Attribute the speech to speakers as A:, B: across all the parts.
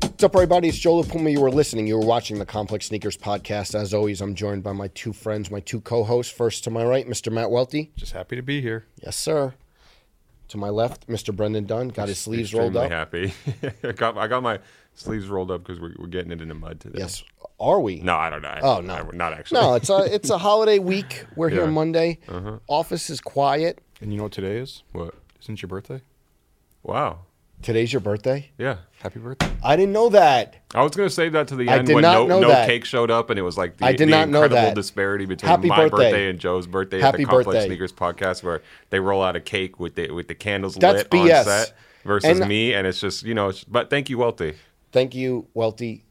A: What's up, everybody? It's Joe LaPuma. You are listening. You are watching the Complex Sneakers Podcast. As always, I'm joined by my two friends, my two co hosts. First to my right, Mr. Matt Welty.
B: Just happy to be here.
A: Yes, sir. To my left, Mr. Brendan Dunn. Got his sleeves rolled
B: Extremely
A: up.
B: happy. I, got, I got my sleeves rolled up because we're, we're getting it in the mud today.
A: Yes. Are we?
B: No, I don't know. I-
A: Oh, no.
B: I- not actually.
A: No, it's a, it's a holiday week. We're here
B: Yeah. Uh-huh.
A: Monday. Office is quiet.
C: And you know what today is?
B: What?
C: Isn't your birthday?
B: Wow.
A: Today's your birthday?
B: Yeah.
C: Happy birthday.
A: I didn't know that.
B: I was going to save that to the
A: I
B: end
A: did
B: when
A: not
B: no,
A: know
B: no
A: that.
B: cake showed up, and it was like the,
A: I did
B: the
A: not know
B: incredible
A: that.
B: disparity between
A: Happy
B: my
A: birthday.
B: birthday. and Joe's birthday
A: Happy
B: at the Complex
A: birthday.
B: Sneakers podcast, where they roll out a cake with the with the candles
A: That's
B: lit
A: BS.
B: on set versus
A: And-
B: me, and it's just you know. It's, but thank you, Welty.
A: Thank you, Welty.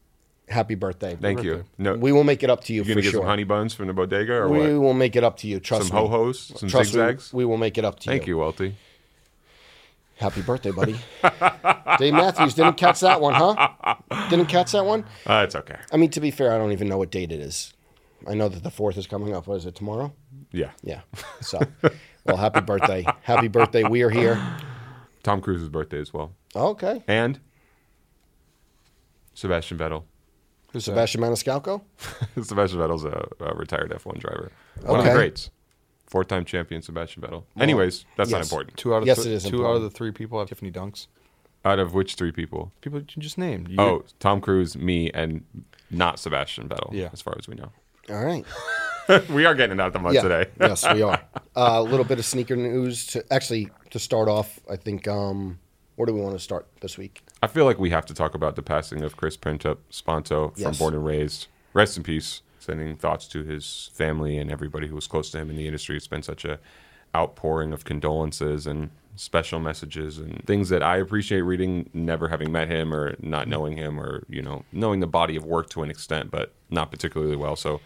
A: Happy birthday.
B: Thank you.
C: birthday.
B: No,
A: We will make it up to you,
B: you
A: for
B: gonna get
A: sure.
B: some honey buns from the bodega or
A: we
B: what?
A: will make it up to you. Trust
B: Some
A: me.
B: ho hos, some
A: Trust me,
B: zigzags.
A: we will make it up to
B: Thank you, Welty.
A: Happy birthday, buddy. Dave Matthews didn't catch that one, huh? Didn't catch that one?
B: Uh, it's okay.
A: I mean, to be fair, I don't even know what date it is. I know that the fourth is coming up. What is it, tomorrow?
B: Yeah.
A: Yeah. So, well, happy birthday. Happy birthday. We are here.
B: Tom Cruise's birthday as well.
A: Okay.
B: And Sebastian Vettel.
C: Who's that?
A: Sebastian Maniscalco?
B: Sebastian Vettel's a, a retired F1 driver. One of
A: Okay.
B: the greats. Four time champion Sebastian Vettel. Anyways, that's not
A: yes.
B: important.
C: Two out of
A: Yes,
C: th-
A: it is
C: two
A: important.
C: out of the three people have Tiffany dunks.
B: Out of which three people?
C: People you just named. You-
B: Oh, Tom Cruise, me, and not Sebastian Vettel,
C: Yeah.
B: as far as we know.
A: All right.
B: we are getting it out of the mud
A: Yeah.
B: today.
A: yes, we are. Uh, A little bit of sneaker news. To, actually, to start off, I think, um, where do we want to start this week?
B: I feel like we have to talk about the passing of Chris Pintup Sponto from
A: Yes.
B: Born and Raised. Rest in peace. Sending thoughts to his family and everybody who was close to him in the industry. It's been such a outpouring of condolences and special messages and things that I appreciate reading, never having met him or not knowing him or, you know, knowing the body of work to an extent, but not particularly well. So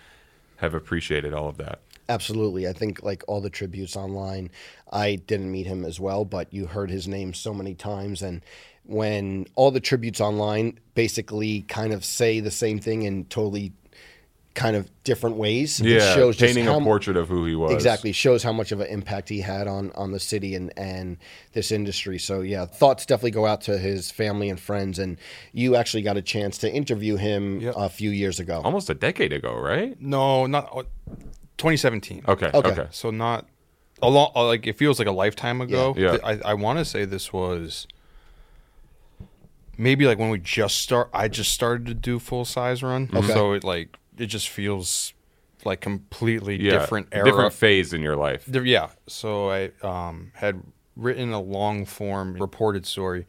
B: have appreciated all of that.
A: Absolutely. I think like all the tributes online, I didn't meet him as well, but you heard his name so many times. And when all the tributes online basically kind of say the same thing in totally kind of different ways, it
B: Yeah.
A: shows just
B: painting
A: how
B: a
A: mu-
B: portrait of who he was.
A: Exactly shows how much of an impact he had on on the city and and this industry. So yeah, thoughts definitely go out to his family and friends. And you actually got a chance to interview him
C: Yep.
A: a few years ago.
B: Almost a decade ago, right?
C: No, not oh, 2017.
B: Okay.
A: Okay.
B: Okay.
C: So not a long. Like it feels like a lifetime ago.
B: Yeah. Yeah.
C: Th- I, I want to say this was maybe like when we just start. I just started to do full size run.
B: Mm-hmm.
A: Okay.
C: So it like it just feels like completely
B: Yeah.
C: different era.
B: Different phase in your life.
C: There- yeah. So I um, had written a long form reported story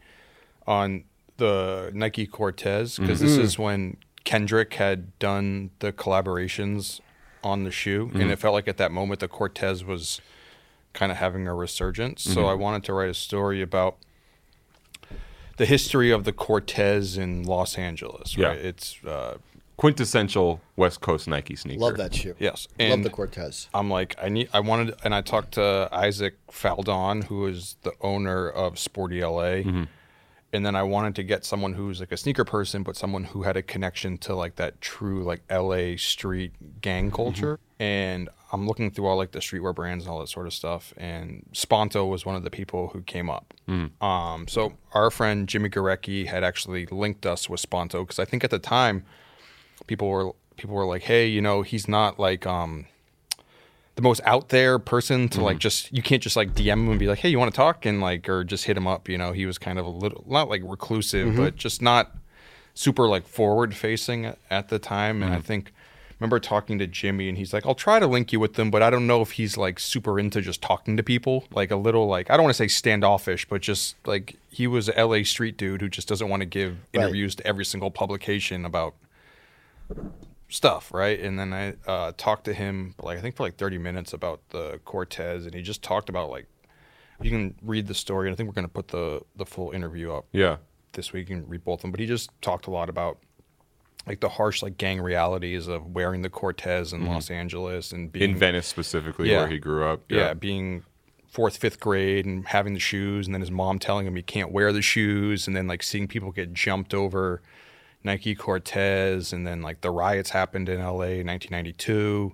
C: on the Nike Cortez because
A: Mm-hmm.
C: this is when Kendrick had done the collaborations on the shoe,
A: Mm-hmm.
C: and it felt like at that moment the Cortez was kind of having a resurgence. So I
A: Mm-hmm.
C: wanted to write a story about the history of the Cortez in Los Angeles.
B: Yeah.
C: Right? It's uh,
B: quintessential West Coast Nike sneaker.
A: Love that shoe.
C: yes,
A: Love
C: and
A: the Cortez.
C: I'm like, I need, I wanted, and I talked to Isaac Faldon, who is the owner of Sporty LA. And then I wanted to get someone who's like a sneaker person, but someone who had a connection to like that true like LA street gang culture. And I'm looking through all like the streetwear brands and all that sort of stuff. And Sponto was one of the people who came up. Um, so our friend Jimmy Gorecki had actually linked us with Sponto because I think at the time people were people were like, hey, you know, he's not like um the most out there person to like just you can't just like DM him and be like, hey, you want to talk and like or just hit him up. You know, he was kind of a little not like reclusive, but just not super like forward facing at, at the time. And I think I remember talking to Jimmy and he's like, I'll try to link you with them, but I don't know if he's like super into just talking to people. Like a little like I don't want to say standoffish, but just like he was a LA street dude who just doesn't want to give
A: Right.
C: interviews to every single publication about stuff, right? And then I uh, talked to him, like I think for like 30 minutes about the Cortez, and he just talked about like you can read the story, and I think we're gonna put the the full interview up
B: Yeah.
C: this week. You can read both of them, but he just talked a lot about like the harsh like gang realities of wearing the Cortez in Los Angeles and being
B: In Venice specifically,
C: Mm-hmm. Yeah.
B: where he grew up.
C: yeah. being fourth, fifth grade and having the shoes, and then his mom telling him he can't wear the shoes, and then like seeing people get jumped over Nike Cortez, and then like the riots happened in LA in 1992,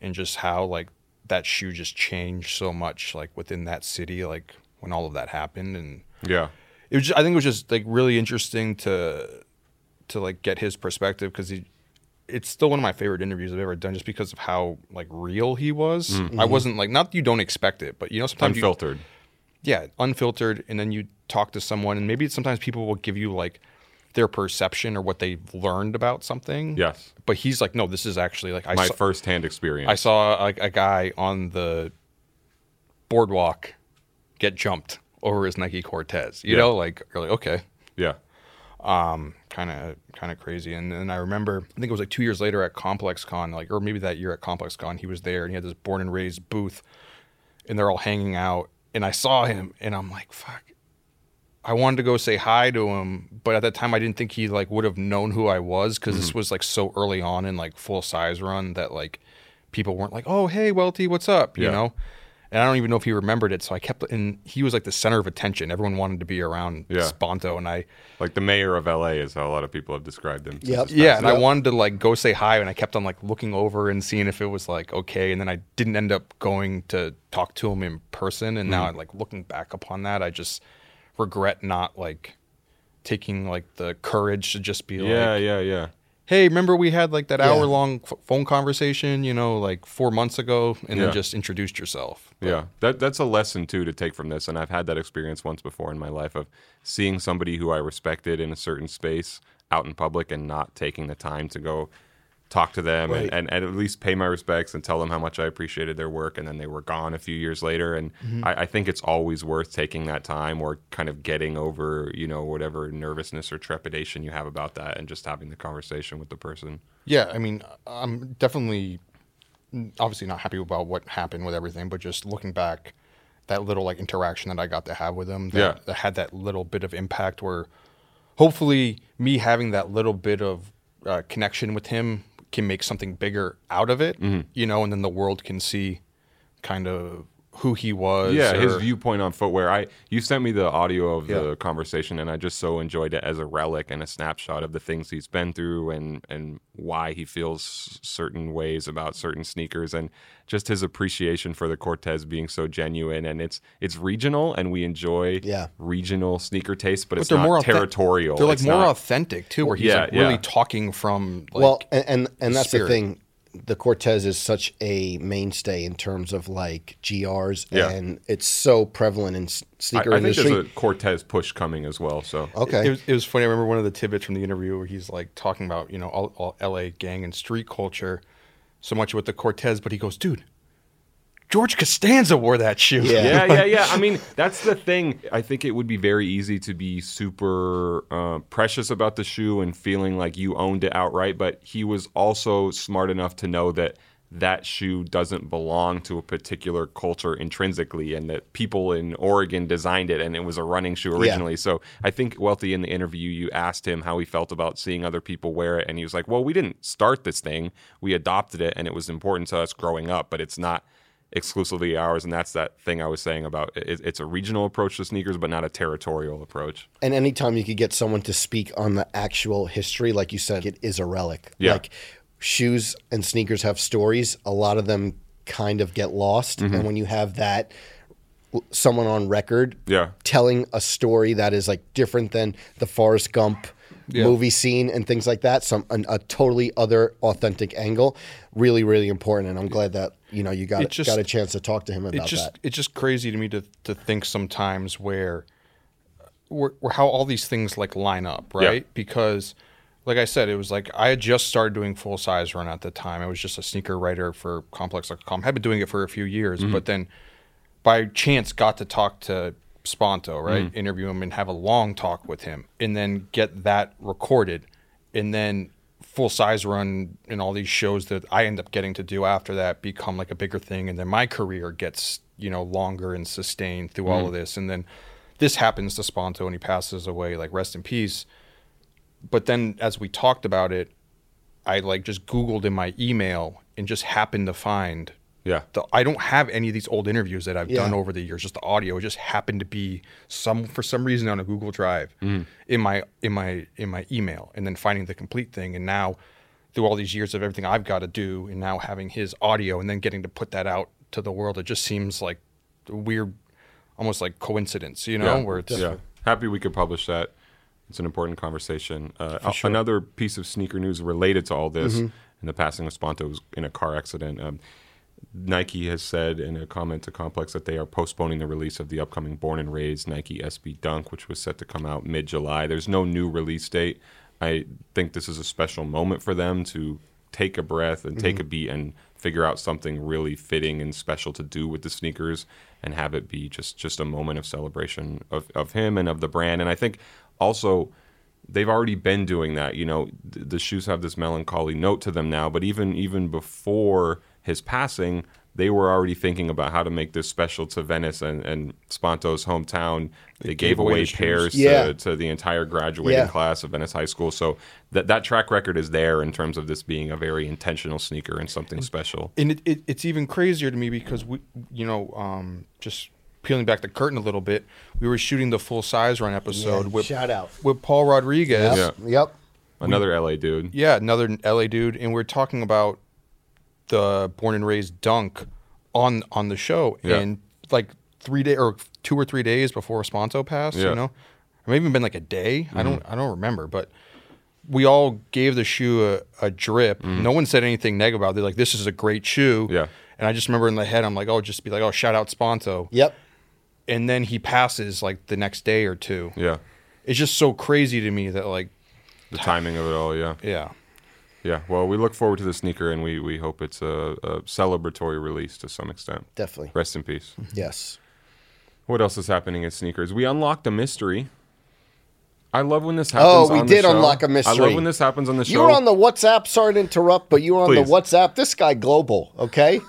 C: and just how like that shoe just changed so much like within that city, like when all of that happened, and
B: Yeah.
C: it was. Just, I think it was just like really interesting to to like get his perspective because he it's still one of my favorite interviews I've ever done just because of how like real he was.
B: Mm. Mm-hmm.
C: I wasn't like not that you don't expect it, but you know sometimes you,
B: Unfiltered.
C: yeah, unfiltered and then you talk to someone and maybe sometimes people will give you like their perception or what they've learned about something.
B: Yes.
C: But he's like, no, this is actually like I
B: My
C: saw,
B: firsthand
C: I
B: experience.
C: saw like a guy on the boardwalk get jumped over his Nike Cortez. You
B: Yeah.
C: know, like you're like, okay,
B: yeah.
C: kind of kind of crazy. And then I remember, I think it was like two years later at Complex Con, like or maybe that year at Complex Con, he was there and he had this born and raised booth, and they're all hanging out. And I saw him, and I'm like, fuck. I wanted to go say hi to him, but at that time I didn't think he like would have known who I was because
B: Mm-hmm.
C: this was like so early on in like full size run that like people weren't like, oh hey Welty, what's up, you
B: Yeah.
C: know. And I don't even know if he remembered it, so I kept. And he was like the center of attention. Everyone wanted to be around
B: Yeah.
C: Sponto, and I
B: Like the mayor of LA is how a lot of people have described him. since
A: Yep.
B: his
C: yeah, and I
A: Yep.
C: wanted to like go say hi, and I kept on like looking over and seeing if it was like okay, and then I didn't end up going to talk to him in person, and
B: Mm.
C: now I like looking back upon that, I just regret not like taking like the courage to just be
B: Yeah,
C: like,
B: yeah, yeah.
C: hey, remember we had like that
A: Yeah.
C: hour long f- phone conversation, you know, like four months ago, and
B: Yeah.
C: then just introduced yourself.
B: Yeah. That that's a lesson too to take from this and I've had that experience once before in my life of seeing somebody who I respected in a certain space out in public and not taking the time to go talk to them
A: Right.
B: and, and, and at least pay my respects and tell them how much I appreciated their work and then they were gone a few years later and I, I think it's always worth taking that time or kind of getting over, you know, whatever nervousness or trepidation you have about that and just having the conversation with the person.
C: Yeah, I mean, I'm definitely obviously not happy about what happened with everything, but just looking back, that little like interaction that I got to have with him that,
B: Yeah.
C: that had that little bit of impact where hopefully me having that little bit of uh, connection with him can make something bigger out of it,
B: Mm-hmm.
C: you know, and then the world can see kind of who he was.
B: yeah, his
C: or-
B: viewpoint on footwear. I you sent me the audio of
A: Yeah.
B: the conversation, and I just so enjoyed it as a relic and a snapshot of the things he's been through and and why he feels certain ways about certain sneakers, and just his appreciation for the Cortez being so genuine. And it's it's regional, and we enjoy
A: Yeah.
B: regional sneaker taste, but, it's
C: they're
B: not
C: more authen-
B: territorial.
C: They're like
B: It's
C: more
B: not-
C: authentic too, where he's
B: Yeah,
C: like really
B: yeah.
C: talking from like
A: well, and and, and that's the
C: spirit.
A: thing. The Cortez is such a mainstay in terms of like GRs,
B: Yeah.
A: and it's so prevalent in s-
B: I,
A: sneaker
B: I think
A: industry.
B: there's a Cortez push coming as well. So
A: okay,
C: It was, it was funny. I remember one of the tidbits from the interview where he's like talking about, you know, all, all LA gang and street culture so much with the Cortez, but he goes, dude, George Costanza wore that shoe.
A: Yeah.
B: yeah, yeah, yeah. I mean, that's the thing. I think it would be very easy to be super uh, precious about the shoe and feeling like you owned it outright. But he was also smart enough to know that that shoe doesn't belong to a particular culture intrinsically, and that people in Oregon designed it, and it was a running shoe originally. So I think Wealthy in the interview, you asked him how he felt about seeing other people wear it, and he was like, "Well, we didn't start this thing. We adopted it, and it was important to us growing up, but it's not." exclusively ours, and that's that thing I was saying about it, it's a regional approach to sneakers, but not a territorial approach.
A: and anytime you could get someone to speak on the actual history, like you said, it is a relic.
B: Yeah.
A: Like shoes and sneakers have stories. A lot of them kind of get lost,
B: Mm-hmm.
A: and when you have that w- someone on record
B: Yeah.
A: telling a story that is like different than the Forrest Gump movie scene and things like that, some an, a totally other authentic angle, really really important. And I'm glad that you know you got
C: It just-
A: got a chance to talk to him about
C: It's just,
A: that.
C: it's just crazy to me to, to think sometimes where, where, where how all these things like line up,
B: Yeah.
C: right? Because, like I said, it was like I had just started doing full size run at the time. I was just a sneaker writer for Complex.com. Had been doing it for a few years,
B: Mm-hmm.
C: but then by chance got to talk to Sponto, right? Interview him and have a long talk with him, and then get that recorded, and then full size run and all these shows that I end up getting to do after that become like a bigger thing, and then my career gets you know longer and sustained through all of this, and then this happens to Sponto and he passes away, like rest in peace. But then as we talked about it, I like just Googled in my email and just happened to find
B: Yeah.
C: the, I don't have any of these old interviews that I've
A: Yeah.
C: done over the years. Just the audio. It just happened to be some for some reason on a Google Drive
A: Hmm.
C: in my in my in my email, and then finding the complete thing. And now, through all these years of everything I've got to do, and now having his audio, and then getting to put that out to the world, it just seems like a weird, almost like coincidence, you know?
B: Yeah.
C: Where it's
B: yeah. Happy we could publish that. It's an important conversation. Uh, a- Another piece of sneaker news related to all this, and the passing of Sponto was in a car accident. Um, Nike has said in a comment to Complex that they are postponing the release of the upcoming Born and Raised Nike SB Dunk, which was set to come out mid July. There's no new release date. I think this is a special moment for them to take a breath and take a beat and figure out something really fitting and special to do with the sneakers and have it be just just a moment of celebration of, of him and of the brand. And I think also they've already been doing that. You know, th- the shoes have this melancholy note to them now, but even even before his passing, they were already thinking about how to make this special to Venice and, and Sponto's hometown. They, gave,
C: gave away
B: away
C: the shoes.
B: pairs
A: Yeah.
B: to, to the entire graduating
A: Yeah.
B: class of Venice High School. So that that track record is there in terms of this being a very intentional sneaker and something special.
C: and it, it, it's even crazier to me because we you know um, just peeling back the curtain a little bit we were shooting the full size run episode
A: Yeah,
C: with
A: shout out.
C: with paul rodriguez
B: Yeah.
A: Yep.
B: Another LA dude.
C: yeah another la dude and we are talking about the born and raised dunk on on the show
B: Yeah.
C: and like three day or two or three days before Sponto passed
B: Yeah. Mm-hmm.
C: you know or maybe even been like a day i don't i don't remember but we all gave the shoe a, a drip no one said anything negative about it they're like this is a great shoe
B: Mm-hmm. Yeah.
C: and i just remember in the head i'm like oh just be like oh shout out Sponto
A: Yep.
C: and then he passes like the next day or two
B: Yeah.
C: it's just so crazy to me that like
B: The timing of it all, yeah.
C: yeah
B: Yeah. Well, we look forward to the sneaker and we, we hope it's a, a celebratory release to some extent.
A: Definitely.
B: Rest in peace.
A: Yes.
B: What else is happening in sneakers? We unlocked a mystery. I love when this happens.
A: Oh, we
B: on the
A: did
B: show.
A: unlock a
B: I
A: mystery.
B: love when this happens on the show.
A: You were on the WhatsApp. Sorry to interrupt, but you were on
B: Please.
A: the WhatsApp. This guy global, okay?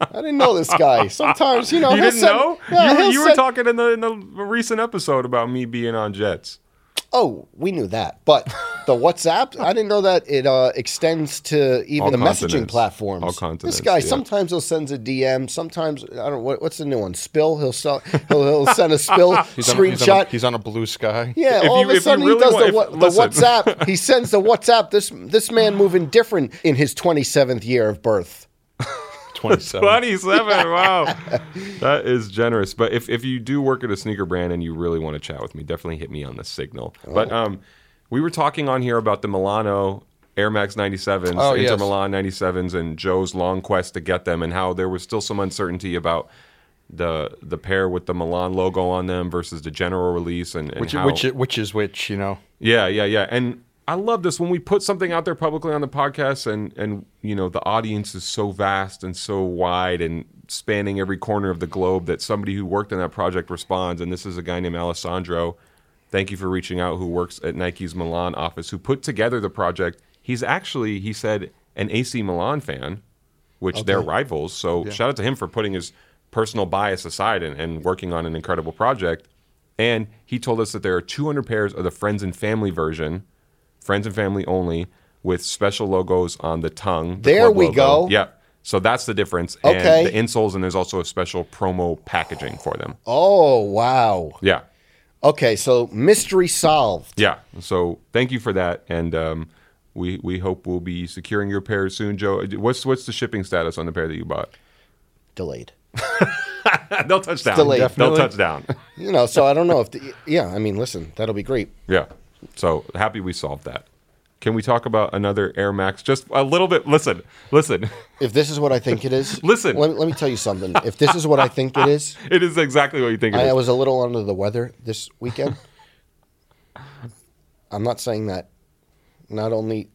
A: I didn't know this guy. Sometimes you know.
B: You
A: he'll
B: didn't
A: send-
B: know?
A: Yeah,
B: you were,
A: he'll
B: you were
A: send-
B: talking in the, in the recent episode about me being on jets.
A: Oh, we knew that, but the WhatsApp. I didn't know that it uh, extends to even
B: All
A: the messaging
B: continents.
A: platforms.
B: All
A: This
B: continents,
A: guy
B: yeah.
A: sometimes he'll send a DM. Sometimes I don't. What, what's the new one? Spill. He'll sell. He'll, he'll send a spill
C: he's on, a- he's on a,
A: screenshot.
C: he's on a blue sky
A: Yeah,
B: If
A: all of
B: you- if
A: a
B: you
A: sudden
B: really
A: he does
B: want-
A: the,
B: if-
A: wa- the
B: listen.
A: WhatsApp. He sends the WhatsApp. This this man moving different in his 27th year of birth.
C: 27
B: 27. wow. That is generous. But if, if you do work at a sneaker brand and you really want to chat with me, definitely hit me on the signal.
C: Oh.
B: But um, we were talking on here about the Milano Air Max 97s,
C: Oh,
B: Inter
C: yes.
B: Milan 97s, and Joe's long quest to get them, and how there was still some uncertainty about the the pair with the Milan logo on them versus the general release and, and
C: which,
B: how,
C: which which is which you know
B: yeah, yeah, yeah. And I love this when we put something out there publicly on the podcast and and you know, the audience is so vast and so wide and spanning every corner of the globe that somebody who worked on that project responds and this is a guy named Alessandro. Thank you for reaching out who works at Nike's Milan office who put together the project. He's actually, he said, an AC Milan fan, which they're rivals. So shout out to him for putting his personal bias aside and, and working on an incredible project. And he told us that there are 200 pairs of the friends and family version, friends and family only, with special logos on the tongue. the
A: There
B: club
A: we
B: logo.
A: go.
B: Yeah. So that's the difference.
A: Okay.
B: And the insoles, and there's also a special promo packaging for them.
A: Oh wow.
B: Yeah.
A: Okay, so mystery solved.
B: Yeah. So thank you for that. And, um, we, we hope we'll be securing your pair soon, Joe. What's what's the shipping status on the pair that you bought?
A: Delayed.
B: They'll touch down.
A: Delayed.
B: They'll
A: Definitely.
B: touch down.
A: You know, so I don't know if. The, yeah, I mean, listen, that'll be great.
B: Yeah. So happy we solved that. Can we talk about another Air Max? Just a little bit. Listen, listen.
A: If this is what I think it is,
B: Listen.
A: Let, let me tell you something. If this is what I think it is,
B: It is exactly what you think it
A: I, I
B: is.
A: was a little under the weather this weekend. I'm not saying that. Not only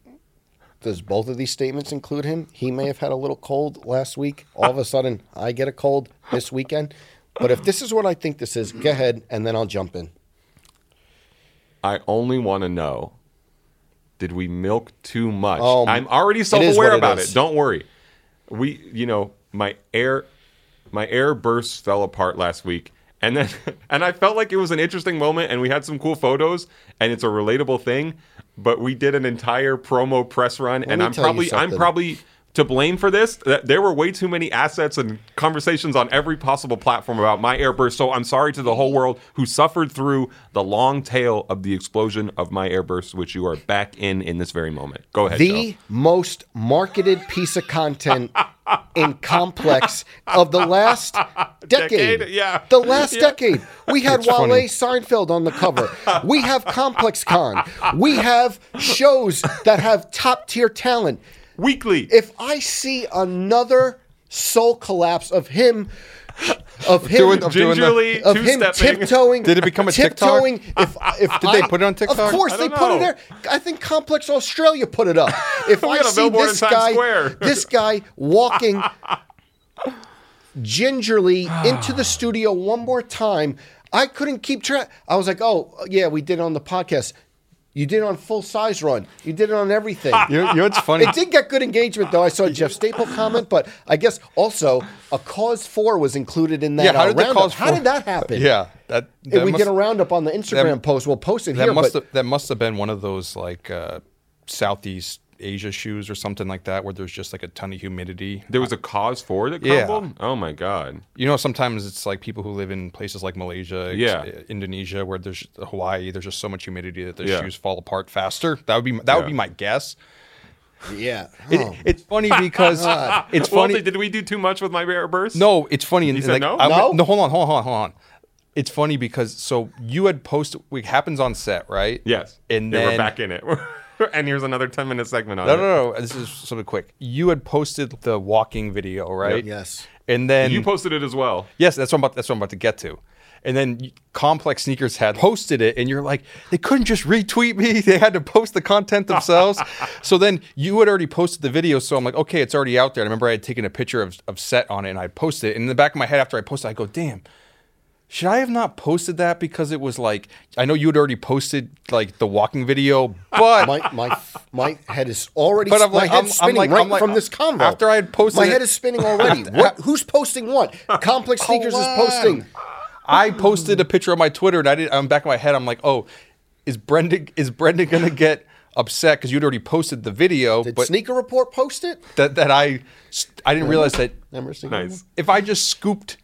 A: does both of these statements include him, he may have had a little cold last week. All of a sudden, I get a cold this weekend. But if this is what I think this is, go ahead and then I'll jump in.
B: I only want to know did we milk too much?
A: Um,
B: I'm already self
A: it is what
B: aware
A: it
B: about it.
A: is.
B: Don't worry. We, you know, my air. My air bursts fell apart last week, and then and I felt like it was an interesting moment, and we had some cool photos, and it's a relatable thing. But we did an entire promo press run, and
A: me
B: I'm
A: tell you
B: probably I'm
A: something.
B: probably to blame for this. That there were way too many assets and conversations on every possible platform about my airburst. So I'm sorry to the whole world who suffered through the long tail of the explosion of my airburst, which you are back in in this very moment. Go ahead,
A: the
B: Joe.
A: most marketed piece of content and complex of the last decade.
B: Decade, yeah.
A: The last decade. We had Wale
C: funny.
A: Seinfeld on the cover. We have Complex Con. We have shows that have top tier talent.
B: Weekly.
A: If I see another soul collapse of him, of him
C: Doing- of doing the-
B: Gingerly
A: of
B: two
A: him
B: stepping.
A: tiptoeing.
C: Did it become a TikTok?
A: tiptoeing? If, if
C: Did they
A: I-
C: put it on
A: Of
C: TikTok?
A: course
B: I
A: they
B: don't
A: put it
B: know.
A: there. I think Complex Australia put it up. If I
B: got a
A: see
B: billboard
A: this
B: in Times
A: guy,
B: Square.
A: this guy walking gingerly into the studio one more time, I couldn't keep track. I was like, "Oh yeah, we did it on the podcast. You did it on full size run. You did it on everything."
C: You, you know what's funny?
A: It did get good engagement, though. I saw a Jeff Staple comment, but I guess also a cause four was included in that.
C: Yeah, how
A: uh,
C: did the
A: roundup.
C: Cause
A: How
C: Four-
A: did that happen?
C: Yeah, that,
A: If
C: that
A: we
C: must-
A: get a roundup on the Instagram
C: that-
A: post, we'll post it
C: that
A: here.
C: must
A: but
C: have, that must have been one of those like uh, Southeast Asia shoes or something like that, where there's just like a ton of humidity.
B: There was a cause for that
C: Yeah.
B: crumbled? Oh my god.
C: You know, sometimes it's like people who live in places like Malaysia, ex- eh,
B: Yeah.
C: Indonesia, where there's Hawaii. There's just so much humidity that the
B: Yeah.
C: shoes fall apart faster. That would be that would
B: Yeah.
C: be my guess.
A: yeah,
C: It,
A: Oh.
C: It's funny because it's funny.
B: Well, did we do too much with my rare burst?
C: No, it's funny. and- and
B: said
C: like,
B: no?
C: I went-
A: No?
C: no, hold on, hold on, hold on, hold on. It's funny because so you had posted. It happens on set, right?
B: Yes.
C: And
B: Yeah,
C: then
B: we're back in it. and here's another 10 minute segment on
C: No,
B: it.
C: no, no. This is sort of quick. You had posted the walking video, right?
A: yes.
C: And then
B: You posted it as well.
C: yes, that's what I'm about. That's what I'm about to get to. And then y- Complex Sneakers had posted it, and you're like, they couldn't just retweet me. They had to post the content themselves. so then you had already posted the video. So I'm like, okay, it's already out there. I remember I had taken a picture of, of set on it and I posted it. And in the back of my head, after I posted, it, I go, damn, should I have not posted that? Because it was like, I know you had already posted like the walking video, but
A: Oh, My my my head is already.
C: But I'm
A: my
C: like-
A: head's
C: I'm- I'm
A: spinning
C: like-
A: right
C: I'm like-
A: from this convo.
C: after I had posted
A: my
C: it-
A: head is spinning already. what? Who's posting what? Complex Sneakers is
C: on.
A: posting.
C: I posted a picture on my Twitter, and I did. I'm back in my head. I'm like, oh, is Brendan is Brendan gonna get upset because you'd already posted the video,
A: Did
C: but
A: Sneaker Report post it?
C: that that I I didn't realize that
A: Remember Sneaker
B: Nice.
C: if I just scooped.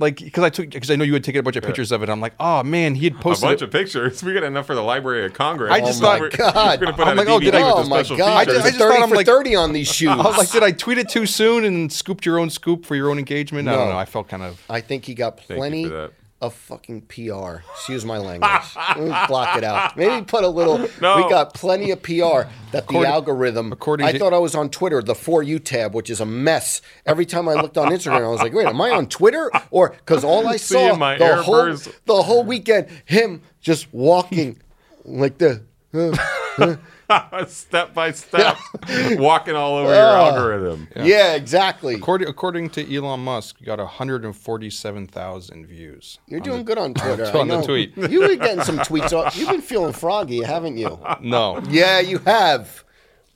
C: Like, because I took, because I know you had taken a bunch of pictures of it. I'm like, oh man, he had
B: A
C: posted.
B: bunch
C: it.
B: of pictures. We got enough for the Library of Congress.
C: I just
B: We're-
C: thought-
B: we're,
A: God.
B: going to put
C: I'm like,
B: out a
C: oh,
B: DVD
C: did I-
B: with
A: Oh
B: the
A: my
B: special
A: god!
C: I
B: features.
C: just thought
A: thirty
C: I'm
A: for
C: like-
A: thirty on these shoes.
C: I was like, did I tweet it too soon and scooped your own scoop for your own engagement? I don't know. I felt kind of.
A: I think he got
B: you
A: plenty
B: for that.
A: of fucking PR. Excuse my language. Let me block it out. Maybe put a little. We
B: No.
A: got plenty of PR that the algorithm.
C: according
A: I
C: to-
A: thought I was on Twitter, the For You tab, which is a mess. Every time I looked on Instagram, I was like, wait, am I on Twitter? Or because all I
B: See you
A: saw
B: in my
A: the
B: air
A: whole
B: burst.
A: the whole weekend him just walking like the.
B: step by step, walking all over your
A: Ah.
B: algorithm.
A: Yeah, exactly.
C: According, according to Elon Musk, you got 147,000 views.
A: You're doing good on Twitter. I
C: on the
A: know.
C: tweet.
A: You were getting some tweets. off. You've been feeling froggy, haven't you?
C: No.
A: Yeah, you have.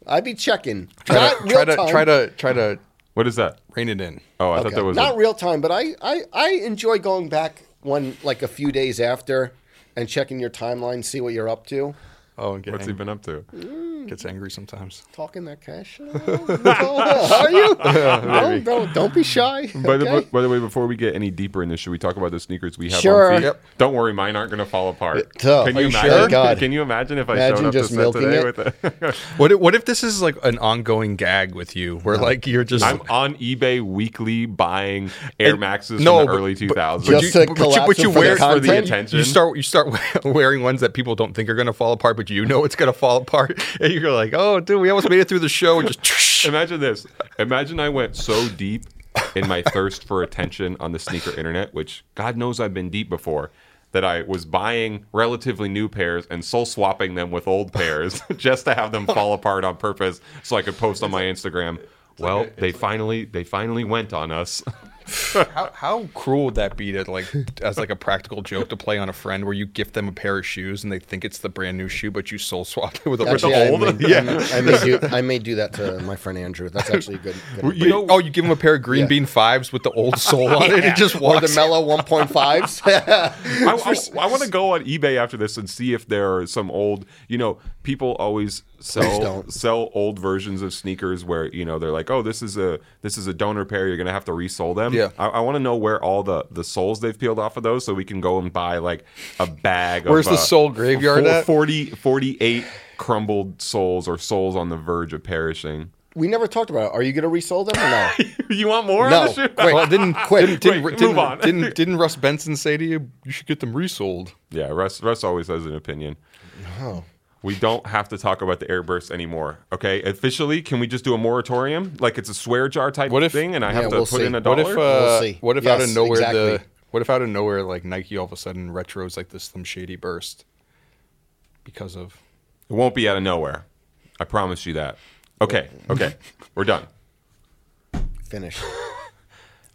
A: I be checking.
C: Try
A: not
C: to-
A: real
C: try to
A: time.
C: try to try to
B: What is that?
C: rein it in.
B: Oh, I
A: Okay,
B: thought that was.
A: not
B: a,
A: real time, but I, I I enjoy going back one like a few days after and checking your timeline, see what you're up to.
C: Oh, and get
B: what's he been up to?
A: Mm,
C: gets angry sometimes.
A: Talking that cash. shit. Are you? No, don't, don't be shy.
B: By the,
A: okay?
B: by the way, before we get any deeper in this, should we talk about the sneakers we have
A: Sure.
B: on feet?
A: Yep.
B: Don't worry, mine aren't going to fall apart.
A: So-
B: can
A: Are
B: you
A: you
B: imagine?
A: sure? God.
B: Can you imagine if I
A: Imagine
B: showed up
A: just
B: to set
A: milking
B: today
A: it.
B: with a,
C: What if, what if this is like an ongoing gag with you, where like you're just
B: I'm on eBay weekly buying Air
C: And-
B: Maxes
C: no,
B: from the
C: but-
B: early
C: but-
B: 2000s.
A: Just to collapse it
C: but you
A: for the
C: wear it
B: for the
A: content?
B: attention.
C: you start you start wearing ones that people don't think are gonna fall apart, but you know it's gonna fall apart, and you're like, oh, dude, we almost made it through the show, and just
B: Imagine this. Imagine I went so deep in my thirst for attention on the sneaker internet, which God knows I've been deep before, that I was buying relatively new pairs and soul swapping them with old pairs just to have them fall apart on purpose so I could post on my Instagram. Well, they finally they finally went on us.
C: how, how cruel would that be to like as like a practical joke to play on a friend where you gift them a pair of shoes and they think it's the brand new shoe, but you soul swap it with a
A: Actually, I
C: with the old.
A: may,
C: yeah.
A: I may do I may do that to my friend Andrew. That's actually a good. good idea.
B: You know,
C: oh, you give him a pair of green
A: Yeah.
C: bean fives with the old sole on it, and it just
A: or
C: walks.
A: the mellow 1.5s.
B: I, want to go on eBay after this and see if there are some old. You know, people always sell
A: don't.
B: sell old versions of sneakers where you know they're like, oh, this is a this is a donor pair. You're gonna have to resole them.
C: Yeah.
B: I, I want to know where all the the soles they've peeled off of those, so we can go and buy like a bag.
C: Where's
B: of,
C: the
B: uh,
C: sole graveyard
B: four-
C: at?
B: 40, 48 crumbled soles or soles on the verge of perishing.
A: we never talked about it. Are you going to resell them or no?
B: you want more?
A: No,
B: on this shit?
A: quick.
C: Well, didn't
A: Quick,
C: didn't didn't,
B: quick,
C: didn't,
B: move on.
C: didn't didn't Russ Benson say to you you should get them resold?
B: Yeah, Russ. Russ always has an opinion.
A: Oh.
B: We don't have to talk about the airburst anymore. Okay, officially, can we just do a moratorium? Like it's a swear jar type
C: What if-
B: thing, and I
A: Yeah,
B: have to
A: we'll
B: put
A: see.
B: in a
C: What
B: dollar.
C: if uh,
A: see.
C: what if out of
A: Yes,
C: nowhere the
A: exactly.
C: what if out of nowhere like Nike all of a sudden retros like this Slim Shady burst because of
B: it won't be out of nowhere. I promise you that. Okay, okay, we're done.
A: Finish.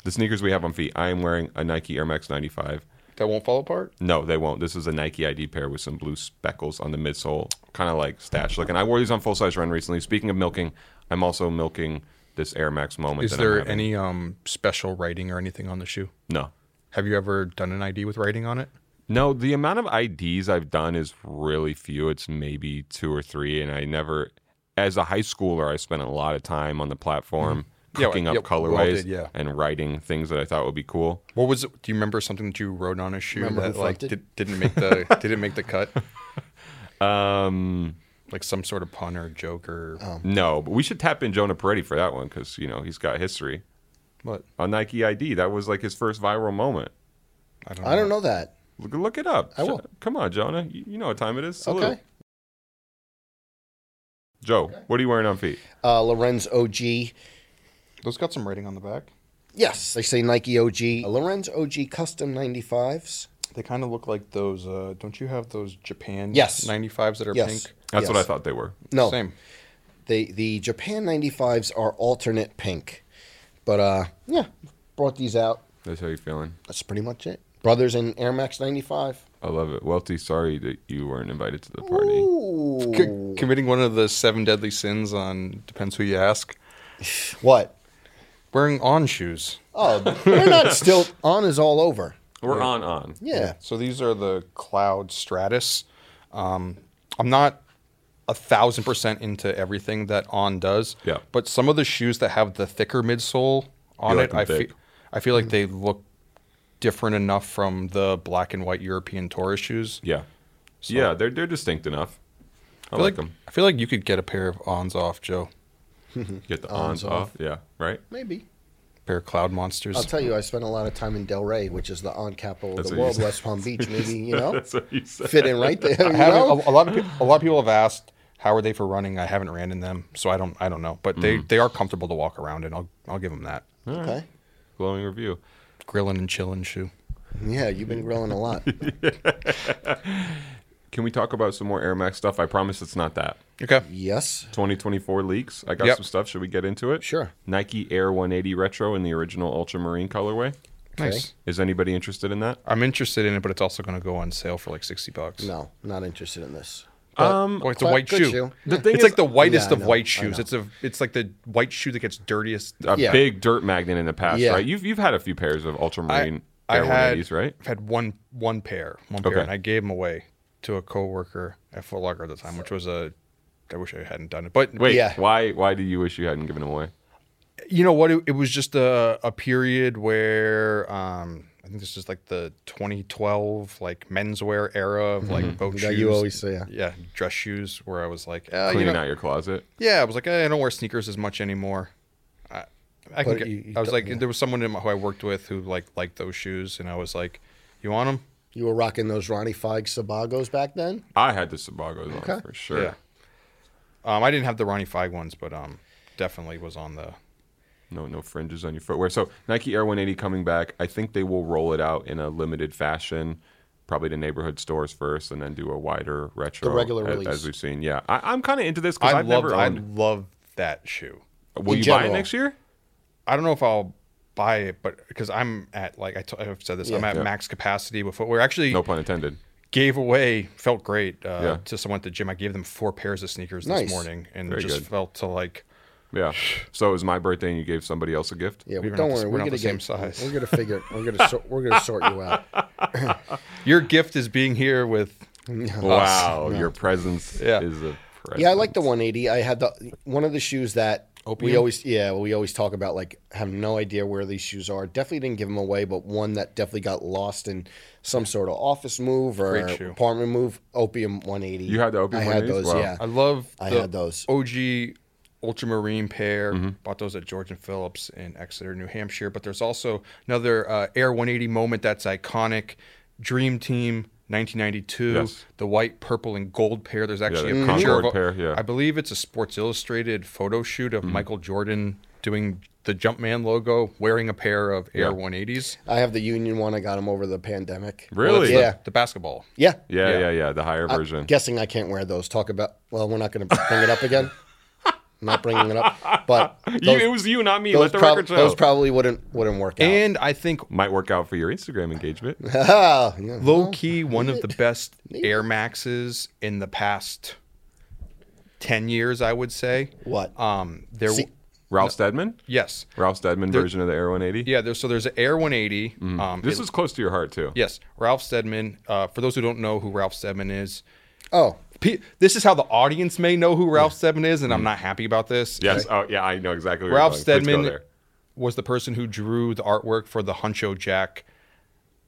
B: The sneakers we have on feet. I am wearing a Nike Air Max 95.
C: that won't fall apart?
B: No, they won't. This is a Nike ID pair with some blue speckles on the midsole, kind of like stash looking. I wore these on full size run recently. Speaking of milking, I'm also milking this Air Max moment.
C: Is
B: that I'm
C: there
B: having.
C: any um special writing or anything on the shoe?
B: No,
C: Have you ever done an ID with writing on it?
B: no. The amount of IDs I've done is really few. It's maybe two or three, and I never. As a high schooler, I spent a lot of time on the platform
C: Yeah,
B: cooking
C: yeah,
B: up
C: we all
B: colorways
C: did, yeah.
B: and writing things that I thought would be cool.
C: What was it? Do you remember something that you wrote on a shoe
A: Remember who
C: that like
A: fronted?
C: did, didn't make the didn't make the cut?
B: Um,
C: Like some sort of pun or joke or
A: Uh,
B: no, but we should tap in Jonah Peretti for that one because you know he's got history
C: what?
B: on Nike ID. That was like his first viral moment.
C: I don't know.
A: I don't know that.
B: Look, look it up.
A: I will.
B: Come on, Jonah. You, you know what time it is. Salute.
A: Okay.
B: Joe, what are you wearing on feet?
A: Uh, Lorenz OG.
C: Those got some writing on the back.
A: Yes, they say Nike OG. Uh, Lorenz OG Custom 95s.
C: They kind of look like those. Uh, don't you have those Japan
A: Yes.
C: 95s that are
A: Yes.
C: pink?
B: That's what
A: Yes.
B: I thought they were.
A: No,
C: Same.
A: They, the Japan 95s are alternate pink. But uh, yeah, brought these out.
B: That's how you feeling.
A: That's pretty much it. Brothers in Air Max 95.
B: I love it. Welty, sorry that you weren't invited to the party.
A: Ooh.
C: C- committing one of the seven deadly sins on depends who you ask.
A: What?
C: Wearing on shoes.
A: Oh, we're not still on is all over.
B: We're on on.
A: Yeah.
C: So these are the Cloud Stratus. Um, I'm not a thousand percent into everything that On does.
B: Yeah.
C: But some of the shoes that have the thicker midsole on
B: You like
C: it,
B: them
C: I feel,
B: thick?
C: I feel like they look different enough from the black and white European tourist shoes.
B: Yeah. yeah, they're they're distinct enough. I,
C: I feel
B: like, them.
C: I feel like you could get a pair of Ons off, Joe.
B: Get the
A: Ons
B: ons, off.
A: off.
B: Yeah, right?
A: Maybe.
C: pair of cloud monsters.
A: I'll tell you, I spent a lot of time in Del Rey, which is the on capital of
B: That's
A: the
B: what you
A: world,
B: said.
A: West Palm Beach. Maybe, you know,
B: That's what you said.
A: fit in right there. You
C: I haven't-
A: know?
C: a, a lot of people, a lot of people have asked how are they for running. I haven't ran in them, so I don't I don't know. But
B: Mm-hmm.
C: they they are comfortable to walk around in. I'll I'll give them that.
A: Okay.
B: Glowing review.
C: Grilling and chilling shoe.
A: Yeah, you've been growing a lot.
B: Can we talk about some more Air Max stuff? I promise it's not that.
C: Okay.
A: Yes.
B: 2024 leaks. I got
C: Yep.
B: some stuff. Should we get into it?
A: Sure.
B: Nike Air 180 Retro in the original Ultramarine colorway.
C: Nice.
B: Is anybody interested in that?
C: I'm interested in it, but it's also going to go on sale for like sixty bucks.
A: No, not interested in this.
B: Um,
C: Oh, it's a
A: Quite
C: white
A: good
C: shoe.
A: shoe.
B: The thing
C: it's
B: is-
C: like the whitest
A: Yeah, I
C: of
A: know, I
C: white shoes.
A: know.
C: It's a it's like the white shoe that gets dirtiest.
B: a
A: Yeah.
B: big dirt magnet in the past,
A: Yeah.
B: right? You've you've had a few pairs of ultramarine
C: I
B: Air
C: had
B: 180s, right?
C: I've had one one pair, one pair,
B: Okay.
C: and I gave them away to a coworker at Foot Locker at the time, which was a. I wish I hadn't done it, but
B: Wait,
A: Yeah.
B: why why do you wish you hadn't given them away?
C: you know what? It, it was just a, a period where um, I think this is like the 2012 like menswear era of like
B: Mm-hmm.
C: boat
A: Yeah,
C: Oh, shoes.
A: you always say, yeah.
C: yeah, dress shoes. Where I was like, uh, you
B: Cleaning
C: know,
B: out your closet.
C: yeah, I was like, eh, I don't wear sneakers as much anymore. I, I, can
A: But
C: get-
A: you- you
C: I was
A: don't-
C: like,
A: yeah.
C: there was someone in my, who I worked with who like liked those shoes, and I was like, you want them?
A: You were rocking those Ronnie Feig Sabagos back then?
B: I had the Sabagos on
A: Okay.
B: for sure.
C: Yeah. Um, I didn't have the Ronnie Fieg ones, but um, definitely was on the
B: No no fringes on your footwear. So Nike Air 180 coming back. I think they will roll it out in a limited fashion, probably to neighborhood stores first, and then do a wider retro.
A: regular
B: as,
A: release.
B: as we've seen. Yeah, I, I'm kind of into this because
C: I
B: I've
C: love
B: never
C: I
B: owned.
C: love that shoe.
B: Will
A: In
B: you buy
A: general.
B: it next year?
C: I don't know if I'll buy it, but because I'm at like I t- I've said this, I'm
A: Yeah.
C: at
B: Yeah.
C: max capacity with footwear. Actually,
B: No pun intended.
C: gave away felt great uh,
B: Yeah.
C: to someone at the gym. I gave them four pairs of sneakers
A: Nice.
C: this morning, and
B: Very
C: just
B: good.
C: felt to like
B: Yeah. So it was my birthday, and you gave somebody else a gift.
A: Yeah,
C: We were
A: don't
C: not the-
A: worry.
C: we're
A: We're,
C: not
A: gonna
C: the same
A: get.
C: size.
A: We're gonna figure. it- We're gonna. sort we're gonna sort you out.
C: your gift is being here with.
B: Wow, your presence
C: Yeah.
B: is a present.
A: Yeah, I like the 180. I had the one of the shoes that we
C: Opium?
A: always yeah we always talk about. Like, have no idea where these shoes are. Definitely didn't give them away, but one that definitely got lost in some sort of office move or
C: Great shoe.
A: apartment move. Opium 180.
B: You had the Opium
A: I had
B: 180s?
A: those.
B: Wow.
A: Yeah,
C: I love.
A: I
C: the
A: had those.
C: OG ultramarine pair.
B: Mm-hmm.
C: Bought those at George and Phillips in Exeter, New Hampshire. But there's also another uh, Air 180 moment that's iconic. Dream Team 1992,
B: Yes.
C: the white, purple, and gold pair. There's actually
B: the
C: a picture of
B: Concord
C: a-
B: pair, yeah. Mm-hmm.
C: I believe it's a Sports Illustrated photo shoot of Michael Jordan doing the Jumpman logo, wearing a pair of Air
B: Yeah.
C: 180s.
A: I have the union one. I got them over the pandemic.
B: Really?
C: that's
A: Yeah.
C: The, the basketball.
A: Yeah.
B: Yeah,
C: Yeah.
B: yeah, yeah. The higher version.
A: Guessing I can't wear those. Talk about. Well, we're not going to bring it up again. I'm not bringing it up. But those,
B: you, it was you, not me.
A: those,
B: Let the
A: prob-
B: record show.
A: those probably wouldn't wouldn't work out.
C: And I think
B: Might work out for your Instagram engagement.
A: Ah, yeah.
C: low key one of the best Air Maxes in the past 10 years, I would say.
B: Uh,
A: What?
C: Um, there,
A: See-
B: Ralph Steadman?
C: yes,
B: Ralph Steadman version of the Air 180?
C: yeah. There's so there's an Air 180. Um,
B: Mm. This
C: it-
B: is close to your heart, too.
C: yes, Ralph Steadman. Uh, for those who don't know who Ralph Steadman is,
A: oh,
C: P- this is how the audience may know who Ralph Steadman is, and I'm not happy about this.
B: Mm. Yes. Oh, yeah, I know exactly where
C: Ralph
B: you're going. Please go
C: Steadman
B: there.
C: was the person who drew the artwork for the Huncho Jack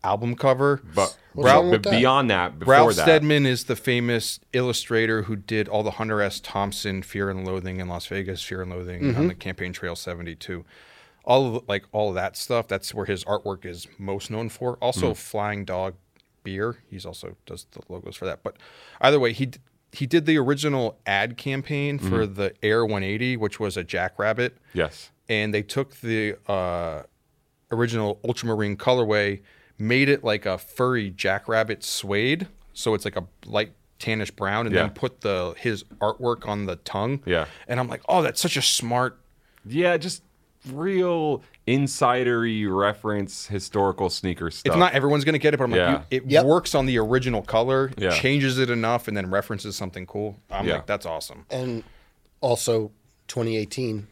C: album cover.
B: But
A: What's
B: Ralph-
A: wrong with
B: but
A: that?
B: beyond that, before
C: Ralph
B: that,
C: Steadman is the famous illustrator who did all the Hunter S. Thompson Fear and Loathing in Las Vegas, Fear and Loathing on
B: Mm-hmm.
C: the Campaign Trail 72. All of, like all of that stuff, that's where his artwork is most known for.
B: Mm.
C: Also Flying Dog Beer, he's also does the logos for that. But either way, he d- he did the original ad campaign for
B: Mm-hmm.
C: the Air 180, which was a jackrabbit
B: yes.
C: and they took the uh, original ultramarine colorway, made it like a furry jackrabbit suede, so it's like a light tannish brown, and
B: Yeah.
C: then put the his artwork on the tongue.
B: Yeah.
C: and I'm like, oh, that's such a smart.
B: Yeah, just real insidery reference, historical sneaker stuff.
C: If not, everyone's gonna get it, but I'm
B: Yeah.
C: like, you, it
A: Yep.
C: works on the original color,
B: Yeah.
C: changes it enough, and then references something cool. I'm
B: Yeah.
C: like, that's awesome.
A: and also 2018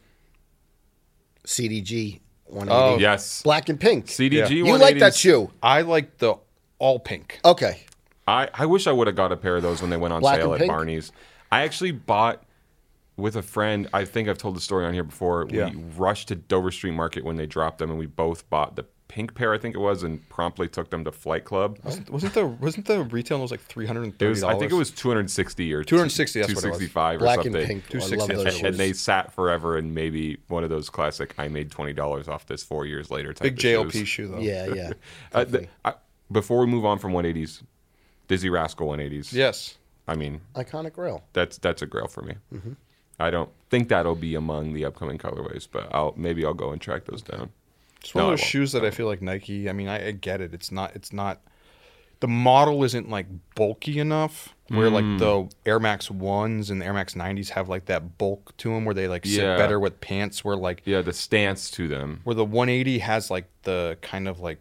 A: CDG 180.
C: Oh.
B: yes.
A: Black and pink.
B: CDG
A: You like that
B: 180s.
A: shoe?
C: I like the all pink.
A: Okay.
B: I, I wish I would have got a pair of those when they went on
A: Black
B: sale
A: and
B: at
A: pink?
B: Barney's. I actually bought with a friend. I think I've told the story on here before.
C: Yeah.
B: We rushed to Dover Street Market when they dropped them, and we both bought the pink pair, I think it was, and promptly took them to Flight Club.
C: Wasn't the wasn't the retail was like three hundred and
B: It
C: thirty
B: was,
C: dollars?
B: I think it was 260 or
C: 260, that's what it was.
B: 265
A: Black
B: or something.
A: and pink. Oh, I love
C: 260.
A: those
B: And,
A: shoes.
B: and they sat forever, and maybe one of those classic I made $20 off this four years later type
C: big
B: of
C: JLP
B: shoes.
C: shoe though.
A: yeah, yeah.
B: Uh, the- I- before we move on from 180s, Dizzy Rascal 180s.
C: Yes.
B: I mean,
A: Iconic rail.
B: that's that's a grail for me. I don't think that'll be among the upcoming colorways, but I'll maybe I'll go and track those down.
C: It's one
B: No,
C: of
B: I
C: those
B: won't.
C: shoes that I feel like Nike. I mean, I, I get it. It's not. It's not. The model isn't like bulky enough. Where
B: Mm.
C: like the Air Max ones and the Air Max nineties have like that bulk to them, where they like sit
B: Yeah.
C: better with pants. Where like
B: Yeah, the stance to them.
C: where the one eighty has like the kind of like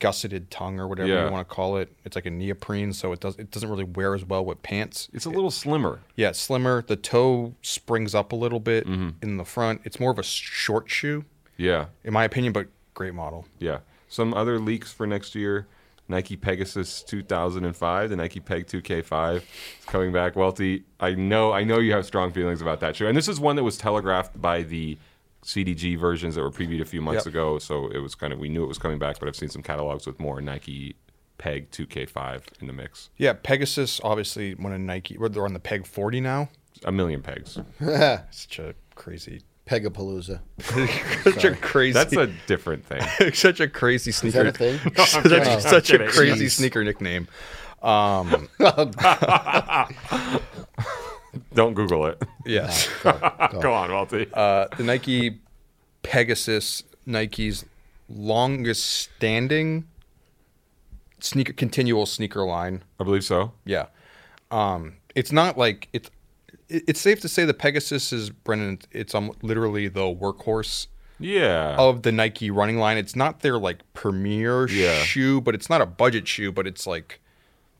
C: gusseted tongue or whatever
B: Yeah.
C: you want to call it. It's like a neoprene, so it does it doesn't really wear as well with pants.
B: It's a little slimmer.
C: Yeah, it's slimmer. The toe springs up a little bit
B: Mm-hmm.
C: in the front. It's more of a short shoe,
B: Yeah,
C: in my opinion, but great model.
B: yeah. Some other leaks for next year: Nike Pegasus 2005, the Nike Peg 2K5 is coming back. Welty, I know, I know you have strong feelings about that shoe, and this is one that was telegraphed by the CDG versions that were previewed a few months
C: Yep.
B: ago. So it was kind of we knew it was coming back, but I've seen some catalogs with more Nike Peg 2K5 in the mix.
C: Yeah, Pegasus obviously one of Nike. well, They're on the Peg 40 now.
B: A million pegs.
C: Such a crazy,
A: Pegapalooza.
C: such a crazy,
B: That's a different thing.
C: such a crazy
A: Is that
C: sneaker.
A: a thing?
C: such a, such a
B: kidding.
C: crazy
A: Jeez.
C: sneaker nickname. Um,
B: Don't Google it.
C: yes,
B: Go on, Walty.
C: uh, the Nike Pegasus, Nike's longest standing sneaker, continual sneaker line.
B: I believe so.
C: Yeah. Um, it's not like it's. it- It's safe to say the Pegasus is Brennan. It's um, literally the workhorse
B: Yeah.
C: of the Nike running line. It's not their like premier
B: Yeah.
C: shoe, but it's not a budget shoe, but it's like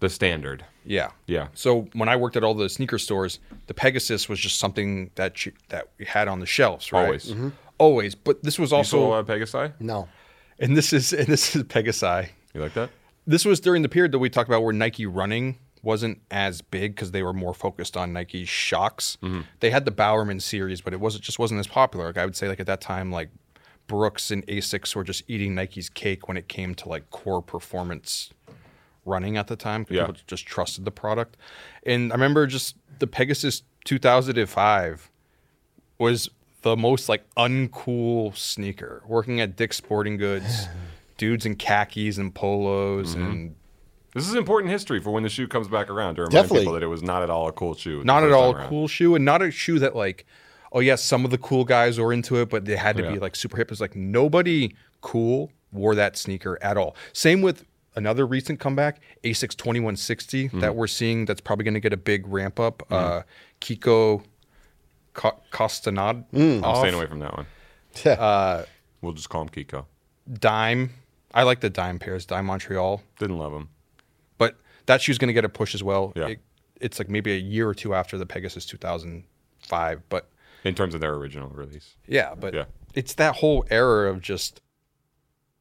B: The standard.
C: yeah.
B: Yeah.
C: So when I worked at all the sneaker stores, the Pegasus was just something that you, that we had on the shelves, right?
B: Always. Mhm.
C: Always. But this was
B: You saw
C: also
B: uh, Pegasi?
A: No.
C: and this is and this is Pegasi.
B: You like that?
C: This was during the period that we talked about where Nike running wasn't as big because they were more focused on Nike shocks. They had the Bowerman series, but it wasn't just wasn't as popular. Like I would say, like at that time, like Brooks and Asics were just eating Nike's cake when it came to like core performance running at the time. 'cause
B: Yeah.
C: People just trusted the product, and I remember just the Pegasus 2005 was the most like uncool sneaker. Working at Dick's Sporting Goods, dudes in khakis and polos and
B: This is important history for when the shoe comes back around to remind
A: Definitely.
B: people that it was not at all a cool shoe. the
C: not at
B: first
C: all
B: time
C: a
B: around.
C: cool shoe and not a shoe that like oh yes some of the cool guys were into it but they had to be
B: Yeah.
C: like super hip it's like nobody cool wore that sneaker at all same with another recent comeback asics 2160
B: Mm.
C: that we're seeing that's probably going to get a big ramp up uh kiko Co- costanad
B: I'm staying away from that one. Uh, We'll just call him Kiko.
C: dime i like the dime pairs dime montreal
B: Didn't love him.
C: but that shoe's going to get a push as well
B: Yeah.
C: It- it's like maybe a year or two after the pegasus 2005 but
B: In terms of their original release.
C: Yeah, but
B: Yeah.
C: it's that whole era of just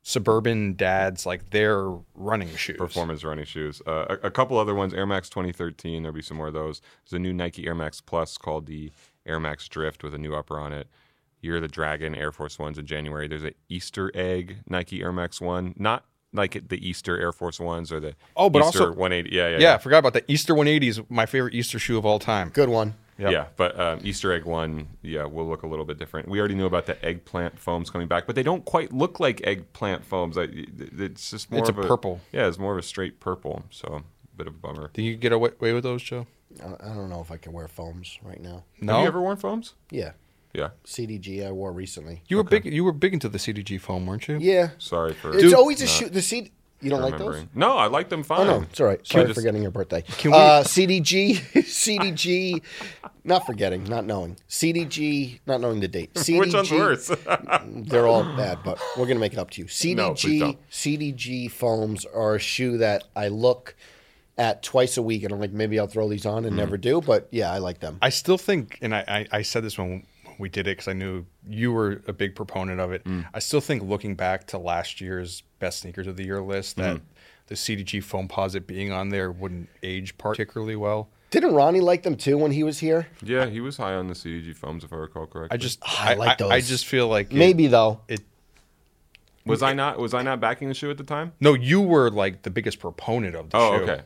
C: suburban dads like their running shoes.
B: Performance running shoes. Uh, a, a couple other ones. Air Max 2013. There'll be some more of those. There's a new Nike Air Max Plus called the Air Max Drift with a new upper on it. Year of the Dragon Air Force Ones in January. There's an Easter egg Nike Air Max One. Not like the Easter Air Force Ones or the
C: Oh, but
B: Easter
C: also-
B: 180. Yeah, yeah,
C: Yeah, I forgot about that. Easter 180s, my favorite Easter shoe of all time.
A: Good one.
B: Yeah, but um, Easter egg one, yeah, will look a little bit different. We already knew about the eggplant foams coming back, but they don't quite look like eggplant foams. I, it's just more
C: It's
B: of
C: a purple.
B: Yeah, it's more of a straight purple. So a bit of a bummer.
C: Do you get away away with those, Joe?
A: I I don't know if I can wear foams right now.
C: No.
B: Have you ever worn foams?
A: Yeah.
B: Yeah.
A: CDG I wore recently.
C: You were big you were big into the CDG foam, weren't you?
A: Yeah.
B: Sorry for
A: It's always a shoot. The CD. You don't like those?
B: remembering. Um, No, I like them fine.
A: Oh, no. It's all right. Sorry
B: Cutest-
A: for forgetting your birthday.
C: we-
A: uh, CDG. CDG. not forgetting, not knowing. CDG, not knowing the date. CDG,
B: Which one's worse?
A: They're all bad, but we're going to make it up to you.
B: No,
A: CDG
B: please don't.
A: CDG foams are a shoe that I look at twice a week and I'm like, maybe I'll throw these
B: Mm.
A: on and never do. But yeah, I like them.
C: I still think, and I, I, I said this when we did it because I knew you were a big proponent of it.
B: Mm.
C: I still think looking back to last year's best sneakers of the year list, that
B: Mm.
C: the CDG foam posit being on there wouldn't age particularly well.
A: Didn't Ronnie like them too when he was here?
B: yeah, he was high on the CDG foams, if I recall correctly.
C: I just
A: Oh, I
C: I,
A: like
C: I, I
A: those.
C: just feel like it-
A: Maybe though.
C: it.
B: was I not was I not backing the shoe at the time?
C: No, you were like the biggest propononent of the
B: Oh,
C: shoe.
B: okay.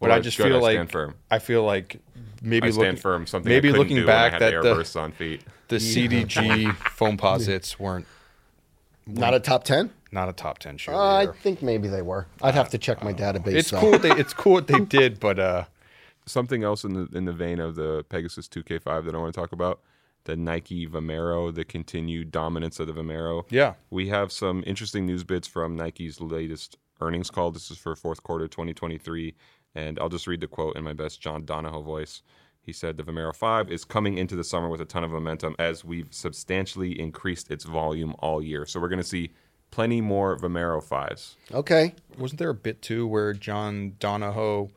C: But
B: Well,
C: I just
B: good,
C: feel
B: I
C: like
B: stand firm.
C: I feel like maybe
B: I stand
C: looking
B: firm. Something
C: maybe
B: I couldn't
C: looking
B: do
C: back
B: when I had
C: that
B: the
C: the,
B: airbursts on feet.
C: the CDG foam posits weren't
A: Not a top 10?
C: not a top ten shoe. of the
A: Uh, I
C: year.
A: think maybe they were. I'd have to
B: Uh,
A: check my database.
C: it's
A: though.
C: cool. What they, it's cool what they did, but uh,
B: something else in the in the vein of the Pegasus 2K5 that I want to talk about. The Nike Vomero, the continued dominance of the Vomero.
C: Yeah.
B: We have some interesting news bits from Nike's latest earnings call. This is for fourth quarter 2023. And I'll just read the quote in my best John Donahoe voice. He said the Vomero 5 is coming into the summer with a ton of momentum as we've substantially increased its volume all year. So we're going to see plenty more Vomero 5s.
A: Okay.
C: wasn't there a bit too where John Donahoe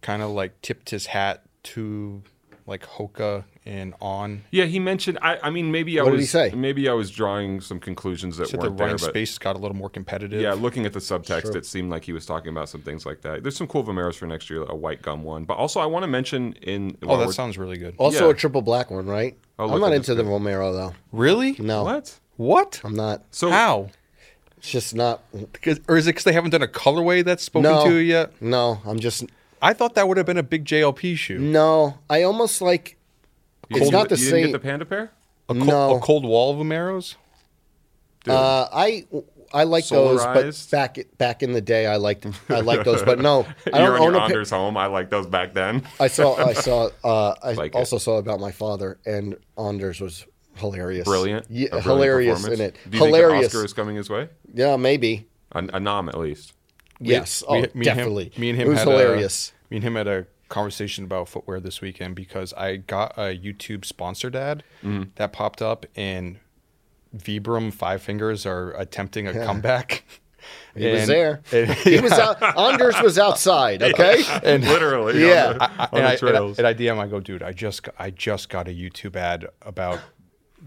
C: kind of like tipped his hat to like Hoka and on?
B: Yeah, he mentioned. I, I mean, maybe I
A: What did
B: was
A: he say?
B: maybe I was drawing some conclusions that
C: Said the
B: weren't there.
C: running
B: But
C: space got a little more competitive.
B: Yeah, looking at the subtext, it seemed like he was talking about some things like that. There's some cool Vomeros for next year, a white gum one. But also, I want to mention in
C: Oh,
B: while
C: that
B: we're-
C: sounds really good.
A: Also
B: Yeah.
A: a triple black one, right?
B: I'll
A: I'm
B: look
A: not
B: at this
A: into the Romero though.
C: Really?
A: No,
B: what?
C: What?
A: I'm not.
B: So
C: How?
A: It's just not.
C: 'Cause- or is it because they haven't done a colorway that's spoken
A: No,
C: to you yet?
A: no, I'm just
C: I thought that would have been a big JLP shoe.
A: no. I almost like
B: you
A: it's
B: didn't-
A: not the
B: you didn't
A: same-
B: get the panda pair.
C: A, col-
A: No.
C: a cold wall of Vomeros?
B: Dude,
A: uh, I. I like those,
B: Solarized?
A: but back back in the day, I liked I like those, but no, I
B: you're
A: don't
B: on
A: own
B: your
A: a. Pa-
B: Anders home. I liked those back then.
A: I saw I saw uh, I
B: Like it.
A: also saw about my father, and Anders was hilarious,
B: Brilliant.
A: yeah,
B: A brilliant
A: hilarious in
B: performance.
A: it,
B: Do you
A: hilarious,
B: Think the Oscar is coming his way.
A: yeah, maybe,
B: A, a nom at least.
A: yes,
C: We-
A: oh,
C: me and him-
A: definitely,
C: me and him
A: it was
C: had a-
A: hilarious.
C: me and him had a conversation about footwear this weekend because I got a YouTube sponsored ad that popped up and Vibram Five Fingers are attempting a comeback.
A: He was there. He was out. Anders was outside. Okay.
B: And literally, on
A: Yeah.
B: the-
A: I-
B: on
C: and,
B: the
C: I, and, I,
B: trails.
C: and I DM, I go, dude, I just, g- I just got a YouTube ad about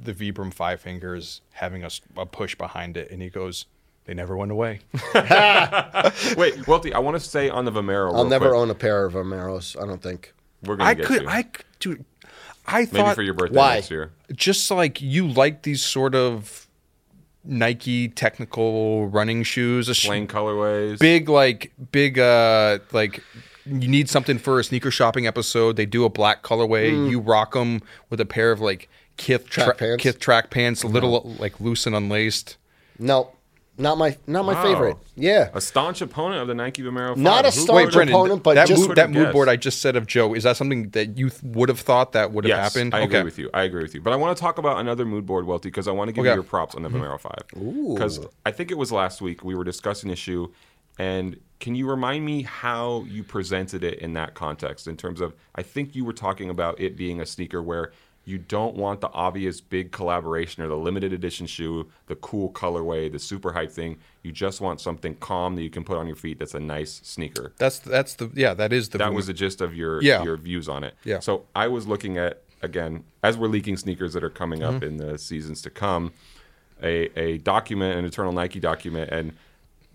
C: the Vibram Five Fingers having a, s- a push behind it, and he goes, they never went away.
B: Wait, Welty, I want to stay on the Vomero.
A: I'll
B: real
A: never
B: quick.
A: own a pair of Amaros. I don't think.
B: We're gonna
C: I
B: get
C: could,
B: you.
C: I c- dude, I
B: maybe
C: thought
B: for your birthday
A: Why?
B: next year.
C: just like you like these sort of Nike technical running shoes, a sh-
B: Plain colorways.
C: big like big uh like you need something for a sneaker shopping episode. They do a black colorway. You rock them with a pair of like Kith
A: Mm. Track pants?
C: Kith track pants, a little like loose and unlaced.
A: No, not my not my
B: Wow.
A: favorite. Yeah,
B: A staunch opponent of the Nike Vomero.
A: Not a staunch
B: Wait,
A: Wait, Brendan, opponent, but
C: that,
A: just-
C: mood, that mood
B: Yes.
C: board I just said of Joe, is that something that you th- would have thought that would have
B: yes,
C: happened?
B: I agree with you. I agree with you. But I want to talk about another mood board, Welty, because I want to give you
C: Okay.
B: your props on the Vomero 5. Because I think it was last week we were discussing issue. And can you remind me how you presented it in that context in terms of, I think you were talking about it being a sneaker where you don't want the obvious big collaboration or the limited edition shoe, the cool colorway, the super hype thing. You just want something calm that you can put on your feet that's a nice sneaker
C: That's that's the yeah, that is the
B: that
C: mood.
B: was the gist of your
C: Yeah.
B: your views on it.
C: Yeah.
B: So I was looking at again as we're leaking sneakers that are coming up in the seasons to come, a a document, an eternal Nike document, and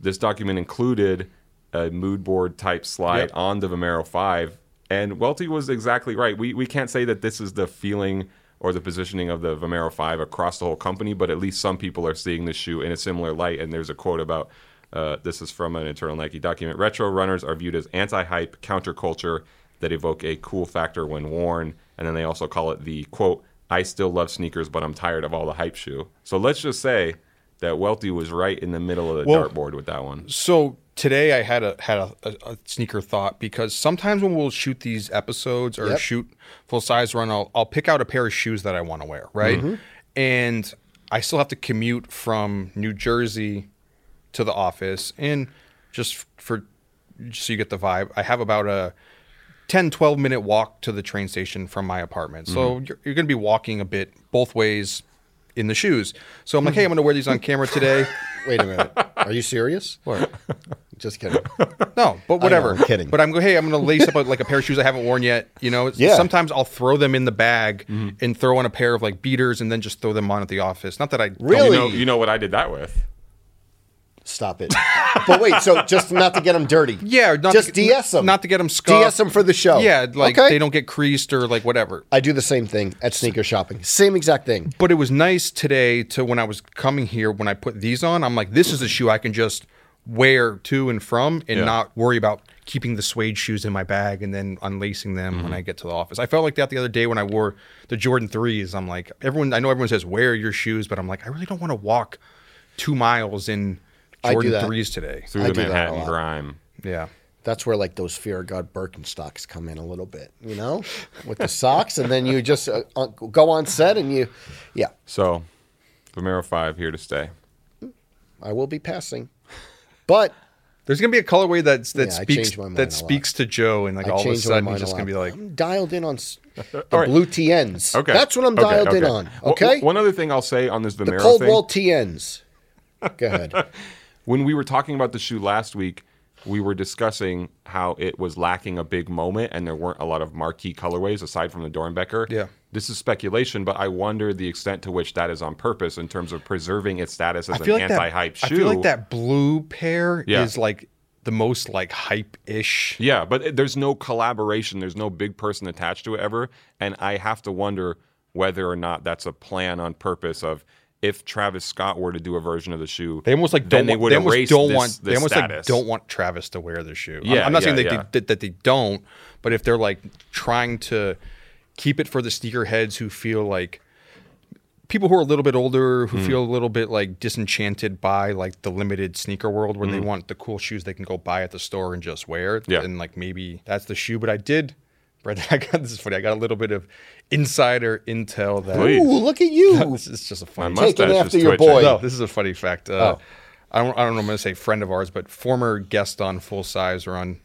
B: this document included a mood board type slide
C: Yep.
B: on the Vomero Five, and Welty was exactly right. We we can't say that this is the feeling. Or the positioning of the Vomero 5 across the whole company, but at least some people are seeing this shoe in a similar light. And there's a quote about uh, this is from an internal Nike document. Retro runners are viewed as anti-hype, counterculture that evoke a cool factor when worn, and then they also call it the quote, "I still love sneakers, but I'm tired of all the hype shoe." So let's just say that Welty was right in the middle of the
C: Well-
B: dartboard with that one.
C: So today I had a had a, a, a sneaker thought because sometimes when we'll shoot these episodes or
A: Yep.
C: shoot full size run, I'll, I'll pick out a pair of shoes that I want to wear, right? And I still have to commute from New Jersey to the office, and just for just so you get the vibe, I have about a 10 12 minute walk to the train station from my apartment so you're, you're going to be walking a bit both ways in the shoes so i'm like hey i'm going to wear these on camera today
A: Wait a minute. Are you serious?
C: What?
A: Just kidding.
C: No, but whatever.
A: I'm kidding.
C: But I'm go. Hey, I'm gonna lace up like a pair of shoes I haven't worn yet. You know. It's-
A: Yeah. Mm-hmm.
C: Sometimes I'll throw them in the bag and throw on a pair of like beaters and then just throw them on at the office. Not that I don't-
A: Really?
B: You know, you know what I did that with?
A: Stop it. But wait, so just not to get them dirty.
C: yeah. Not
A: just
C: to,
A: DS them.
C: Not to get them scuffed.
A: DS them for the show.
C: Yeah, like
A: Okay?
C: they don't get creased or like whatever.
A: I do the same thing at sneaker shopping. Same exact thing.
C: But it was nice today to when I was coming here when I put these on. I'm like, this is a shoe I can just wear to and from and
B: Yeah.
C: not worry about keeping the suede shoes in my bag and then unlacing them when I get to the office. I felt like that the other day when I wore the Jordan 3s. I'm like, everyone I know everyone says wear your shoes, but I'm like, I really don't want to walk 2 miles in
A: I do
C: Jordan
A: that.
C: 3s today.
B: Through
A: I
B: the
A: do that a
B: Manhattan
A: lot.
B: grime.
C: Yeah.
A: That's where like those fear of God Birkenstocks come in a little bit, you know, with the socks, and then you just uh, uh, go on set and you, yeah,
B: So Vomero 5 here to stay.
A: I will be passing, but
C: There's going to be a colorway that's that
A: Yeah, I
C: speaks
A: changed my mind a lot.
C: that speaks to Joe and like
A: I
C: all of a
A: changed
C: sudden
A: my mind
C: he's just
A: a
C: going to be
A: lot.
C: like
A: I'm dialed in on s- the
B: All right.
A: blue TNs.
B: Okay.
A: that's what I'm
B: Okay,
A: dialed in
B: okay.
A: on.
B: Wha-
A: Okay,
B: wha- one other thing I'll say on this
A: the
B: Vomero thing.
A: Coldwell TNs. Go ahead.
B: when we were talking about the shoe last week, we were discussing how it was lacking a big moment and there weren't a lot of marquee colorways aside from the Dornbecker.
C: Yeah.
B: This is speculation, but I wonder the extent to which that is on purpose in terms of preserving its status as
C: I
B: an
C: feel like that-
B: anti-hype shoe.
C: I feel like that blue pair
B: Yeah.
C: is like the most like hype ish.
B: Yeah, but it- there's no collaboration. There's no big person attached to it ever. And I have to wonder whether or not that's a plan on purpose of if Travis Scott were to do a version of the shoe,
C: They almost like
B: then
C: don't
B: they
C: want.
B: would
C: They almost
B: erase
C: don't
B: this-
C: want.
B: this
C: they almost like
B: status.
C: don't want Travis to wear the shoe. I'm-
B: Yeah,
C: I'm not saying
B: yeah,
C: that,
B: yeah.
C: they, that, that they don't, but if they're like trying to keep it for the sneakerheads who feel like people who are a little bit older
B: Mm.
C: who feel a little bit like disenchanted by like the limited sneaker world where they want the cool shoes they can go buy at the store and just wear
B: Mm. Yeah.
C: and like maybe that's the shoe but i did Brendan, I got this is funny. I got a little bit of insider intel that
B: Please.
A: Ooh, look at you
C: this is just a funny.
B: My
A: taking
B: mustache
A: after
B: is
A: your
B: twitching.
A: boy.
C: No, this is a funny fact. Uh, I don't. I don't know. I'm going to say friend of ours, but former guest on Full Size or on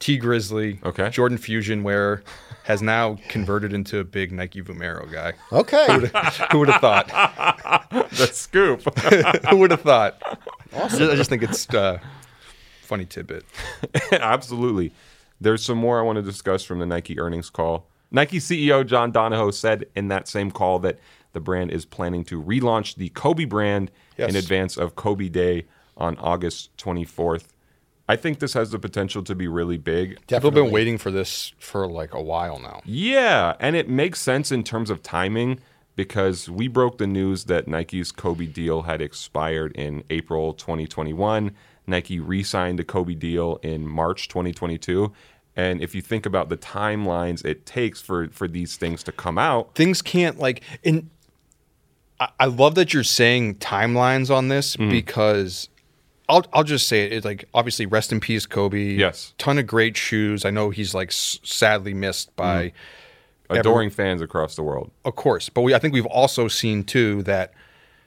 C: T Grizzly.
B: Okay.
C: Jordan Fusion wearer has now converted into a big Nike Vomero guy.
A: Okay,
C: Who would have thought?
B: the scoop.
C: Who would have thought? I just think it's uh, funny tidbit.
B: Absolutely. There's some more I want to discuss from the Nike earnings call. Nike CEO John Donahoe said in that same call that the brand is planning to relaunch the Kobe brand in
C: Yes.
B: advance of Kobe Day on August 24th. I think this has the potential to be really big.
C: People have
A: definitely.
C: been waiting for this for like a while now.
B: Yeah, and it makes sense in terms of timing because we broke the news that Nike's Kobe deal had expired in April 2021. Nike re signed the Kobe deal in March 2022. And if you think about the timelines it takes for for these things to come out,
C: things can't like in I, I love that you're saying timelines on this
B: Mm.
C: because I'll I'll just say it. It's like obviously rest in peace, Kobe.
B: Yes.
C: Ton of great shoes. I know he's like s- sadly missed by
B: Mm. adoring fans across the world.
C: of course. But we, I think we've also seen too that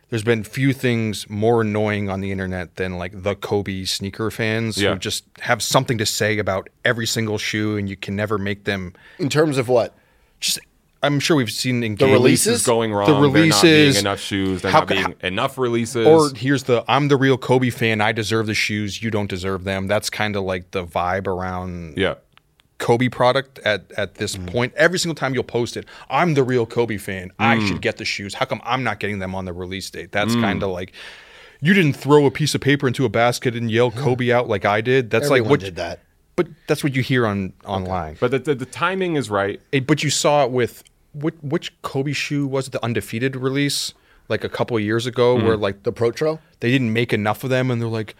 C: there's been few things more annoying on the internet than like the Kobe sneaker fans
B: Yeah.
C: who just have something to say about every single shoe, and you can never make them.
A: In terms of what?
C: Just, I'm sure we've seen in the
A: releases?
B: This is going wrong.
C: The
B: they're not being
C: releases.
B: enough shoes. They're
C: How
B: not
C: ca-
B: being enough releases.
C: Or here's the I'm the real Kobe fan. I deserve the shoes. You don't deserve them. That's kind of like the vibe around
B: yeah,
C: Kobe product at at this
A: Mm.
C: point. Every single time you'll post it, I'm the real Kobe fan.
A: Mm.
C: I should get the shoes. How come I'm not getting them on the release date? That's kind of like you didn't throw a piece of paper into a basket and yell Kobe out like I did. That's
A: Everyone
C: like what
A: did that.
C: But that's what you hear on online. But
B: but the, the the timing is right.
C: it, but you saw it with which, which Kobe shoe was it, the undefeated release like a couple of years ago
A: Mm.
C: where like
A: The Protro?
C: they didn't make enough of them and they're like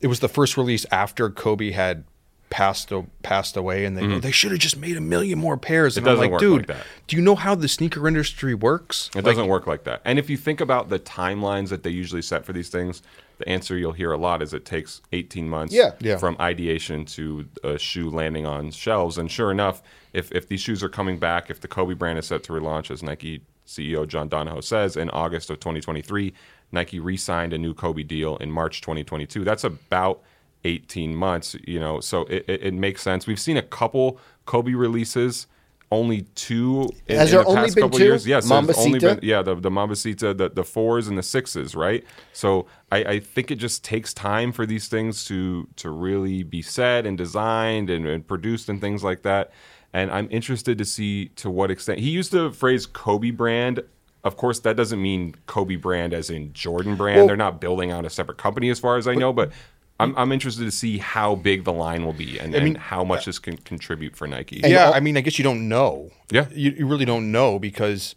C: it was the first release after Kobe had passed o- passed away and they go, they should have just made a million more pairs and I'm
B: Mm-hmm.
C: like
B: doesn't work
C: dude
B: like that."
C: do you know how the sneaker industry works
B: It doesn't work like that. And if you think about the timelines that they usually set for these things, the answer you'll hear a lot is it takes 18 months
A: Yeah. Yeah.
B: from ideation to a shoe landing on shelves. And sure enough, if, if these shoes are coming back, if the Kobe brand is set to relaunch, as Nike CEO John Donahoe says, in August of 2023, Nike re signed a new Kobe deal in March 2022. That's about 18 months, you know, so it, it, it makes sense. We've seen a couple Kobe releases. Only two in,
A: Has
B: in
A: there
B: the
A: only
B: past
A: been
B: couple
A: two?
B: years. Yes, there's only
A: Mambasita?
B: been yeah, the the Mamacita, the the fours and the sixes, right? So I, I think it just takes time for these things to to really be said and designed and, and produced and things like that. And I'm interested to see to what extent he used the phrase Kobe brand. Of course, that doesn't mean Kobe brand as in Jordan brand. They're not building out a separate company as far as I know, but. I'm, I'm interested to see how big the line will be and, and how
A: uh,
B: much this can contribute for Nike.
C: yeah I mean I guess you don't know
B: Yeah.
C: you, you really don't know because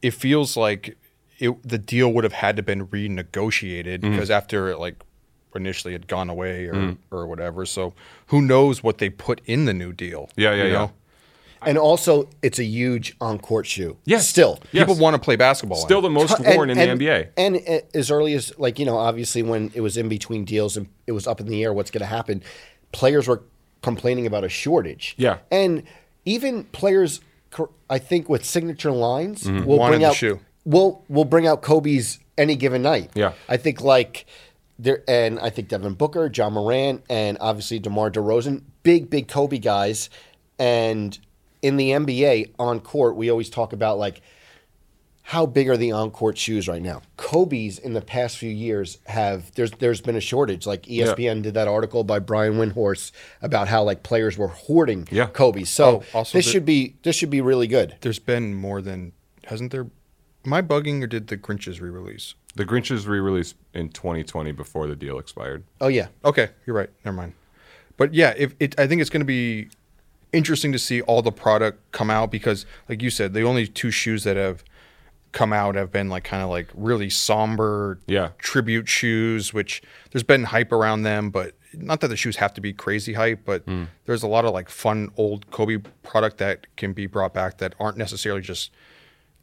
C: it feels like it, the deal would have had to been renegotiated
B: Mm-hmm.
C: because after it like initially had gone away or,
B: Mm.
C: or whatever so who knows what they put in the new deal
B: Yeah, yeah,
C: you
B: yeah.
C: know?
A: And also, it's a huge on court shoe.
B: Yes.
A: Still.
B: Yes.
C: people want to play basketball in
B: Still
C: it.
B: the most
A: And-
B: worn in
A: and-
B: the NBA.
A: And uh, as early as, like, you know, obviously when it was in between deals and it was up in the air what's going to happen, players were complaining about a shortage.
B: Yeah.
A: And even players, cor- I think, with signature lines
B: Mm-hmm.
A: will
C: Wanted
A: bring
C: the
A: out.
C: shoe.
A: We'll, we'll bring out Kobe's any given night.
B: Yeah.
A: I think, like, there, and I think Devin Booker, John Moran, and obviously DeMar DeRozan, big, big Kobe guys. And in the NBA on court, we always talk about, like, how big are the on-court shoes right now? Kobe's in the past few years have there's there's been a shortage. Like E ESPN did that article by Brian Windhorst about how like players were hoarding
B: Yeah.
A: Kobe's. So
C: Oh, also
A: this
C: the-
A: should be this should be really good.
C: there's been more than hasn't there am i bugging or did the grinch's re-release
B: The Grinch's re-released in 2020 before the deal expired.
A: Oh yeah,
C: okay you're right never mind but yeah if it i think it's going to be interesting to see all the product come out because like you said the only two shoes that have come out have been like kind of like really somber
B: Yeah.
C: tribute shoes which there's been hype around them but not that the shoes have to be crazy hype but
B: Hmm.
C: there's a lot of like fun old kobe product that can be brought back that aren't necessarily just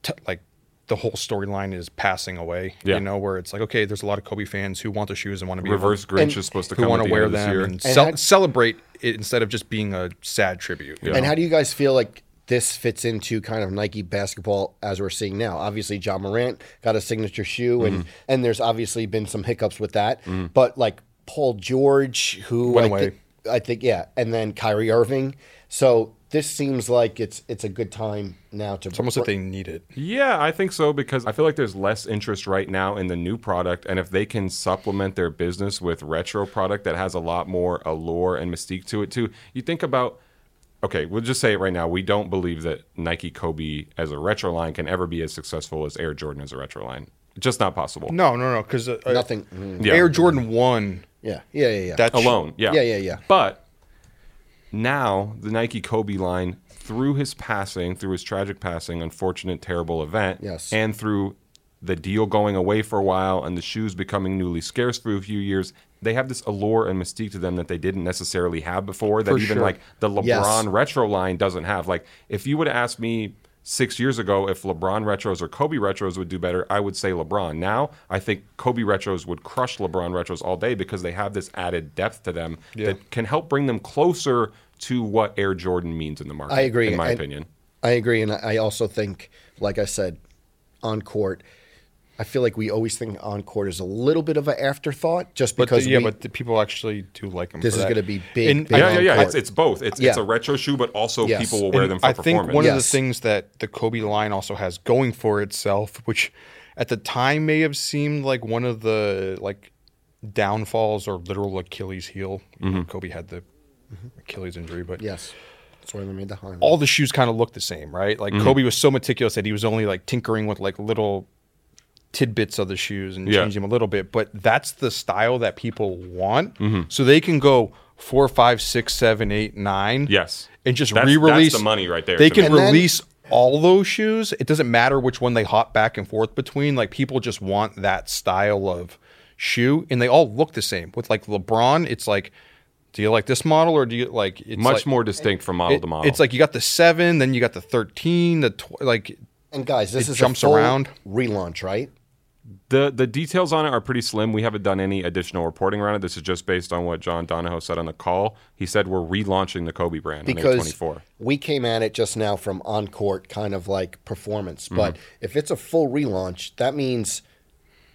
C: t- like the whole storyline is passing away
B: Yeah.
C: you know where it's like okay there's a lot of kobe fans who want the shoes and want to be able
B: Reverse Grinch
A: And-
B: is supposed to
C: who
B: come
C: want
B: at
C: to
B: the
C: wear
B: end of this
C: them
B: year.
C: and,
A: And
C: cel-
A: how-
C: celebrate it instead of just being a sad tribute. you
B: Yeah.
C: know?
A: And how do you guys feel like this fits into kind of Nike basketball as we're seeing now? Obviously, John Morant got a signature shoe, and
C: Mm-hmm.
A: and there's obviously been some hiccups with that. But like Paul George, who
C: Went
A: I,
C: away.
A: thi- I think yeah, and then Kyrie Irving. So this seems like it's it's a good time now to
C: It's almost like they need it.
B: Yeah, I think so because I feel like there's less interest right now in the new product, and if they can supplement their business with retro product that has a lot more allure and mystique to it too. You think about, okay, we'll just say it right now. We don't believe that Nike Kobe as a retro line can ever be as successful as Air Jordan as a retro line. Just not possible.
C: No, no, no, because uh,
A: nothing. mm.
B: Yeah.
C: Air Jordan One.
A: Yeah, yeah, yeah, yeah.
C: That
B: alone. Yeah.
A: Yeah, yeah, yeah.
B: But now the Nike Kobe line, through his passing, through his tragic passing, unfortunate, terrible event,
A: Yes.
B: and through the deal going away for a while and the shoes becoming newly scarce for a few years, they have this allure and mystique to them that they didn't necessarily have before. That
A: For
B: even
A: sure.
B: like the LeBron
A: Yes.
B: retro line doesn't have. Like if you would ask me six years ago if LeBron retros or Kobe retros would do better, I would say LeBron. Now I think Kobe retros would crush LeBron retros all day because they have this added depth to them that can help bring them closer to what Air Jordan means in the market.
A: I agree.
B: in my
A: and-
B: opinion.
A: I agree, and I I also think, like I said, on court. I feel like we always think on court is a little bit of an afterthought, just
C: But
A: because
C: the, yeah,
A: we,
C: but the people actually do like them.
A: This is
C: going
A: gonna
C: to
A: be big, big
B: Yeah, yeah,
A: on
B: yeah.
A: court.
B: It's, it's both. It's it's
A: Yeah.
B: a retro shoe, but also
A: Yes.
B: people will wear
C: And
B: them for
C: I
B: performance.
C: think one of the
A: Yes.
C: things that the Kobe line also has going for itself, which at the time may have seemed like one of the like downfalls or literal Achilles heel.
B: Mm-hmm.
C: Kobe had the
A: Mm-hmm.
C: Achilles injury, but
A: yes, that's why we made the high.
C: all the shoes kind of look the same, right?
B: Mm-hmm.
C: Like Kobe was so meticulous that he was only like tinkering with like little tidbits of the shoes and
B: Yeah.
C: changing them a little bit. But that's the style that people want,
B: Mm-hmm.
C: so they can go four, five, six, seven, eight, nine,
B: Yes.
C: and just
B: That's- that's
C: re-release
B: the money right there
C: They
B: to
C: can
B: me.
A: And then-
C: release all those shoes. It doesn't matter which one they hop back and forth between. Like people just want that style of shoe, and they all look the same. With like LeBron, it's like. Do you like this model or do you like it's
B: much
C: like-
B: more distinct from model
C: it-
B: to model.
C: It's like you got the seven, then you got the thirteen, the tw- like.
A: And guys, this
C: It
A: is
C: jumps
A: a full
C: around.
A: relaunch, right?
B: the the details on it are pretty slim. We haven't done any additional reporting around it. This is just based on what John Donahoe said on the call. He said we're relaunching the Kobe brand on Air
A: Because
B: 24.
A: we came at it just now from on court kind of like performance,
C: Mm-hmm.
A: but if it's a full relaunch, that means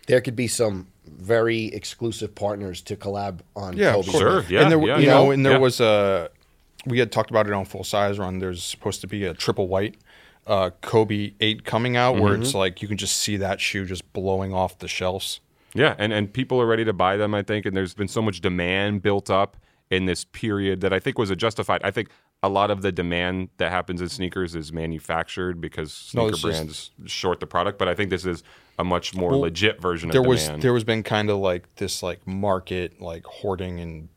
A: there could be some very exclusive partners to collab on.
C: Yeah,
A: Kobe.
C: of course.
B: Sure, yeah,
C: and there,
B: yeah,
C: you
A: yeah.
C: know, and there
B: Yeah.
C: was a. We had talked about it on full size run. There's supposed to be a triple white, uh, Kobe eight coming out, where
B: Mm-hmm.
C: it's like you can just see that shoe just blowing off the shelves.
B: Yeah, and and people are ready to buy them. I think, and there's been so much demand built up in this period that I think was a justified. I think a lot of the demand that happens in sneakers is manufactured because
C: No,
B: sneaker
C: it's just-
B: brands short the product. But I think this is a much more legit version of
C: There was
B: demand.
C: there was been kind of like this like market like hoarding and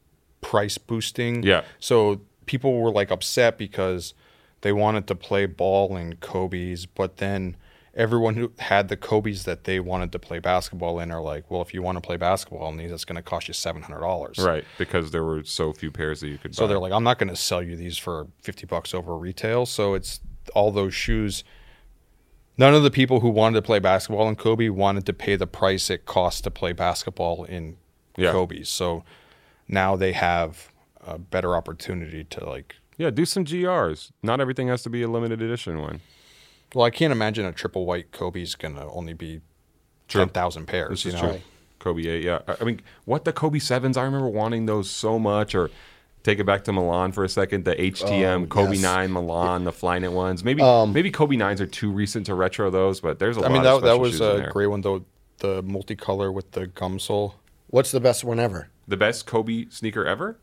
C: price boosting.
B: Yeah.
C: So people were like upset because they wanted to play ball in Kobe's, but then everyone who had the Kobe's that they wanted to play basketball in are like, well, if you want to play basketball in these, that's going to cost you seven hundred dollars.
B: Right, because there were so few pairs that you could
C: So
B: buy.
C: they're like, I'm not going to sell you these for 50 bucks over retail. So it's all those shoes. None of the people who wanted to play basketball in Kobe wanted to pay the price it cost to play basketball in
B: Yeah.
C: Kobe. So now they have a better opportunity to like.
B: Yeah, do some GRs. Not everything has to be a limited edition one.
C: Well, I can't imagine a triple white Kobe's going to only be
B: True.
C: 10,000 pairs.
B: This
C: you
B: is
C: know?
B: true. Kobe 8, yeah. I- I mean, what the Kobe 7s? I remember wanting those so much. Or take it back to Milan for a second. The HTM,
A: Oh,
B: Kobe
A: yes.
B: 9, Milan, the Flyknit ones. Maybe maybe Kobe 9s are too recent to retro those, but there's a
C: Um, I
B: lot
C: mean,
B: of
C: that,
B: special
C: that was
B: shoes in
C: a
B: there.
C: great one, though. The multicolor with the gum sole.
A: What's the best one ever?
B: The best Kobe sneaker ever?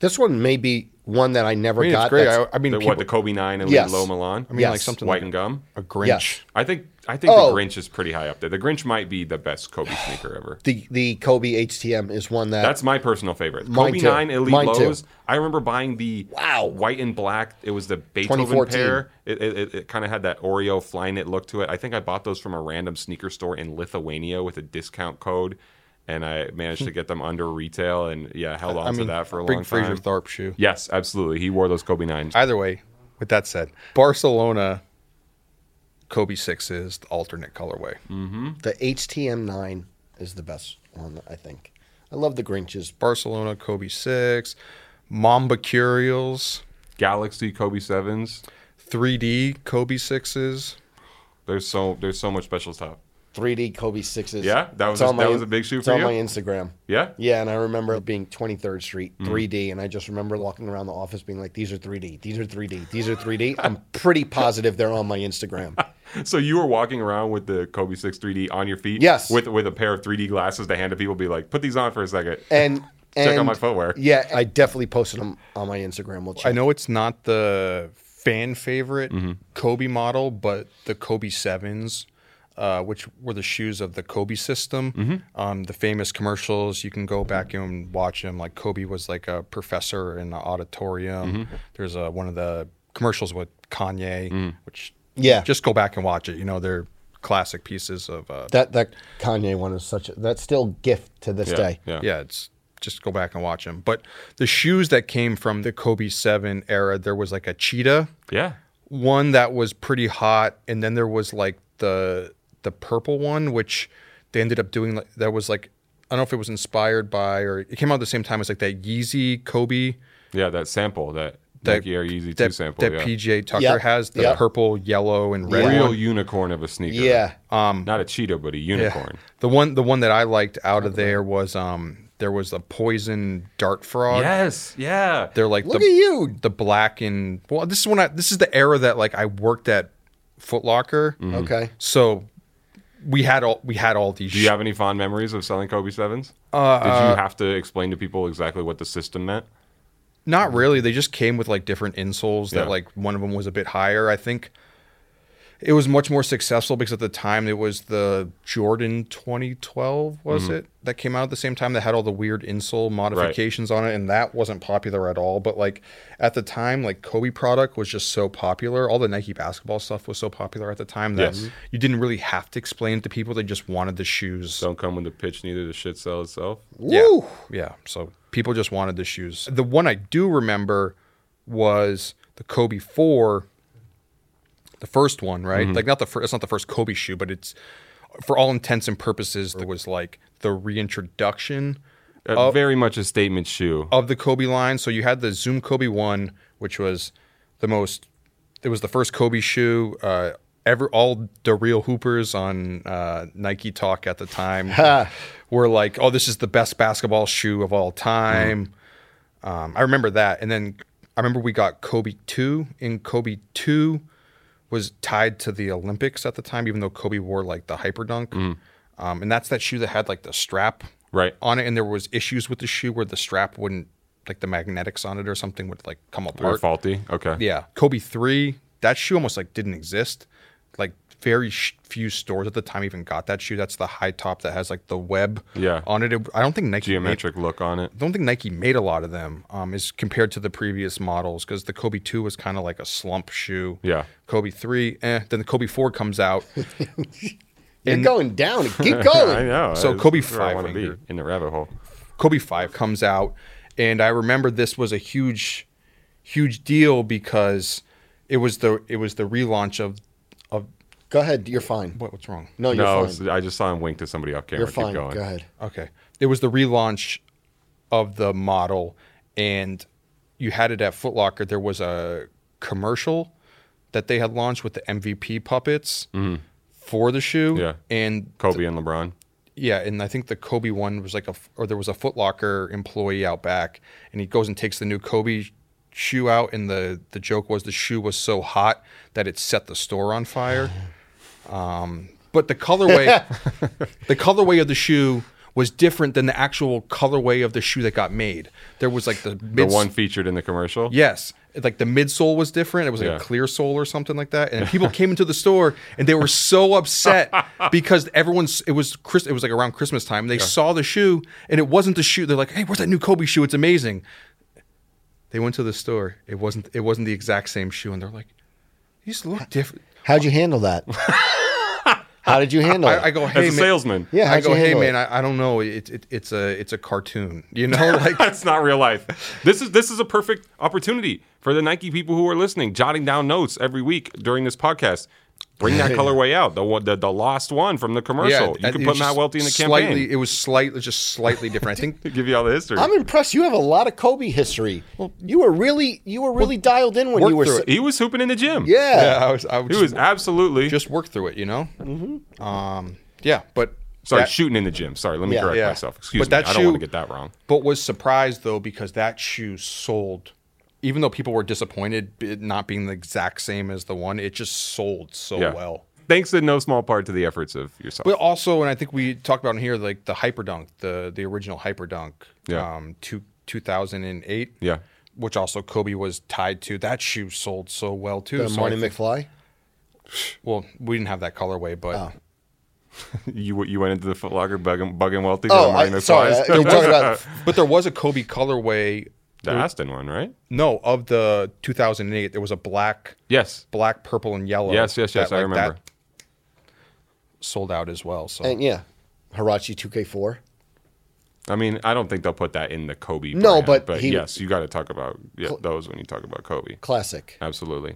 A: This one may be one that I never
C: I mean,
A: got.
C: it's great. I,
A: that's-
C: I mean,
B: The,
C: people,
B: what, the Kobe 9 and
A: Yes.
B: Low Milan?
C: I mean,
A: Yes.
C: like something
B: White
C: like
B: and gum?
C: a Grinch.
A: Yes.
B: I think I think
A: Oh.
B: the Grinch is pretty high up there. The Grinch might be the best Kobe sneaker ever.
A: the the Kobe HTM is one that
B: That's my personal favorite.
A: Mine
B: Kobe
A: too.
B: 9 Elite
A: Mine too.
B: Lows. I remember buying the
A: Wow.
B: white and black. It was the Beethoven
A: 2014.
B: pair. It, it, it, kind of had that Oreo fly knit look to it. I think I bought those from a random sneaker store in Lithuania with a discount code, and I managed to get them under retail and, yeah, held on
C: I
B: to
C: mean,
B: that for a
C: big
B: long
C: Fraser
B: time.
C: Tharp shoe.
B: yes, absolutely. He wore those Kobe 9s.
C: Either way, with that said, Barcelona, Kobe 6 is the alternate colorway.
A: the HTM nine is the best one. I think. I love the Grinches.
C: Barcelona, Kobe 6, Mamba Curials,
B: Galaxy Kobe 7s.
C: 3D Kobe 6s.
B: There's so there's so much special stuff.
A: 3D Kobe sixes.
B: Yeah, that was
A: It's
B: a-
A: on
B: that was a big shoe
A: it's
B: for
A: on
B: you?
A: my Instagram.
B: Yeah?
A: Yeah, and I remember it being 23rd Street,
B: Mm.
A: 3D, and I just remember walking around the office being like, "These are 3D. These are 3D. These are 3D." I'm pretty positive they're on my Instagram.
B: So you were walking around with the Kobe 6 3D on your feet?
A: Yes.
B: With with a pair of 3D glasses to hand to people, be like, put these on for a second.
A: And
B: Check out
A: and-
B: my footwear.
A: Yeah, I definitely posted them on my Instagram. We'll check.
C: I know it's not the fan favorite Kobe model, but the Kobe 7s. Uh, which were the shoes of the Kobe system? Um, the famous commercials you can go back and watch them. Like Kobe was like a professor in the auditorium. There's a, one of the commercials with Kanye, which
A: Yeah.
C: just go back and watch it. You know, they're classic pieces of uh,
A: That that Kanye one is such a, that's still gift to this
B: Yeah,
A: day.
B: yeah.
C: yeah, it's just go back and watch them. But the shoes that came from the Kobe 7 era, there was like a cheetah
B: Yeah.
C: one that was pretty hot and then there was like the the purple one which they ended up doing like that was like I don't know if it was inspired by or it came out at the same time as like that Yeezy Kobe
B: Yeah, that sample, that,
C: that
B: Nike Air Yeezy 2
C: that,
B: sample.
C: that
B: yeah.
C: PGA Tucker
A: Yep,
C: has the
A: yep.
C: purple, yellow and red
B: Real
C: one.
B: unicorn of a sneaker.
A: Yeah.
B: Um, Not a cheeto, but a
C: Yeah.
B: unicorn.
C: The one the one that I liked out of there was um there was a poison dart frog.
B: Yes. Yeah.
C: They're like
A: Look
C: the,
A: at you.
C: the black and well this is when I this is the era that like I worked at Foot Locker.
B: Mm-hmm.
A: Okay.
C: So we had all we had all these.
B: Do you have any fond memories of selling Kobe sevens? Did you have to explain to people exactly what the system meant?
C: Not really. They just came with like different insoles that
B: Yeah.
C: like one of them was a bit higher. I think it was much more successful because at the time it was the Jordan 2012 was
B: Mm-hmm.
C: it that came out at the same time that had all the weird insole modifications on it and that wasn't popular at all. But like at the time like Kobe product was just so popular. All the Nike basketball stuff was so popular at the time that
B: Yes.
C: you didn't really have to explain it to people. They just wanted the shoes.
B: Don't come with the pitch, neither the shit sell itself. Uh,
C: Yeah.
A: Woo.
C: Yeah. So people just wanted the shoes. The one I do remember was the Kobe 4, the first one, right? Like not the first it's not the first Kobe shoe, but it's for all intents and purposes it was like the reintroduction
B: Uh, very much a statement shoe.
C: of the Kobe line. So you had the Zoom Kobe 1, which was the most it was the first Kobe shoe uh Ever all the real hoopers on uh, Nike Talk at the time were like, "Oh, this is the best basketball shoe of all time." Um, I remember that. And then I remember we got Kobe 2, and Kobe 2 was tied to the Olympics at the time, even though Kobe wore like the Hyperdunk. Um, and that's that shoe that had like the strap
B: Right.
C: on it. And there was issues with the shoe where the strap wouldn't, like the magnetics on it or something would like come
B: Or
C: apart.
B: faulty. Okay.
C: Yeah. Kobe 3, that shoe almost like didn't exist. Like very sh- few stores at the time even got that shoe. That's the high top that has like the web
B: Yeah.
C: on it. It- I don't think Nike made
B: Geometric look on it.
C: I don't think Nike made a lot of them um, is compared to the previous models because the Kobe 2 was kind of like a slump shoe.
B: Yeah.
C: Kobe 3, eh. Then the Kobe 4 comes out.
A: You're
C: And-
A: going down. Keep
B: I
A: going.
B: know.
C: So
B: that's
C: Kobe
B: where I
C: five
B: want to be
C: finger.
B: in the rabbit hole.
C: Kobe 5 comes out. And I remember this was a huge, huge deal because it was the it was the relaunch of of
A: Go ahead. You're fine.
C: what, what's wrong?
A: No, Oh, you're
B: No,
A: fine.
B: s- I just saw him wink to somebody off camera.
A: You're
B: Keep
A: fine. Go
B: going.
A: ahead.
C: Okay. It was the relaunch of the model, and you had it at Foot Locker. There was a commercial that they had launched with the MVP puppets for the shoe.
B: Yeah.
C: And
B: Kobe and LeBron.
C: yeah, and I think the Kobe one was like a, or there was a Foot Locker employee out back, and he goes and takes the new Kobe shoe out, and the the joke was the shoe was so hot that it set the store on fire. Um, but the colorway, the colorway of the shoe was different than the actual colorway of the shoe that got made. There was like the
B: The
C: mid-
B: one featured in the commercial.
C: Yes. It- Like the midsole was different. It was like
B: Yeah.
C: a clear sole or something like that. And people came into the store and they were so upset because everyone's it was Chris it was like around Christmas time. They saw the shoe and it wasn't the shoe. They're like, "Hey, where's that new Kobe shoe? It's amazing." They went to the store. It wasn't it wasn't the exact same shoe and they're like, "These look different."
A: How'd you handle that? How did you handle it?
C: I, I go, "Hey,
B: As a
C: man."
B: salesman.
A: Yeah,
C: I
A: how'd
C: go,
A: you
C: "Hey,
A: handle
C: man,
A: it?"
C: I, I don't know. It's it, it's a it's a cartoon." You know, like
B: That's not real life. This is this is a perfect opportunity for the Nike people who are listening, jotting down notes every week during this podcast. Bring that colorway out, the one, the, the lost one from the commercial.
C: and
B: you can
C: it
B: put
C: was
B: Matt
C: just
B: Welty in the
C: slightly,
B: campaign.
C: It was slightly just slightly different. I think
B: Give you all the history.
A: I'm impressed. You have a lot of Kobe history. you were really, you were really dialed in when you
C: work
A: were.
C: through
A: s-
C: it.
B: he was hooping in the gym.
A: Yeah.
C: yeah, I was I
B: he was absolutely
C: just work through it, you know. Mm-hmm. Um, yeah, but
B: sorry
C: that-
B: shooting in the gym. Sorry, let me
A: Yeah.
B: correct
C: Yeah.
B: myself. Excuse
C: But
B: me,
C: that
B: I don't want
C: shoe-
B: to get that wrong.
C: but was surprised though because that shoe sold. Even though people were disappointed it not being the exact same as the one, it just sold so
A: Oh,
B: Yeah.
C: well.
B: Thanks in no small part to the efforts of yourself.
C: But also, and I think we talked about in here, like the Hyperdunk, the the original Hyperdunk,
B: Yeah.
C: um, two two thousand and eight,
B: yeah,
C: which also Kobe was tied to. That shoe sold so well too.
A: The
C: So I
A: Uh, Marty
C: think-
A: McFly.
C: well, we didn't have that colorway, but
B: Oh. you you went into the Foot Locker bugging, bugging Welty. to
A: Oh,
B: remind
A: I,
B: us
A: sorry.
B: why.
A: I- you're talking about
C: but there was a Kobe colorway.
B: the Aston one, right?
C: No, of the 2008, there was a black
B: Yes,
C: black, purple, and yellow.
B: yes, yes, yes.
C: that,
B: I
C: like,
B: remember.
C: That, sold out as well. So
A: And yeah, Hirachi 2K4.
B: I mean, I don't think they'll put that in the Kobe.
A: No,
B: brand,
A: but
B: but
A: he-
B: yes, you got to talk about yeah,
A: Cl-
B: those when you talk about Kobe.
A: Classic.
B: Absolutely.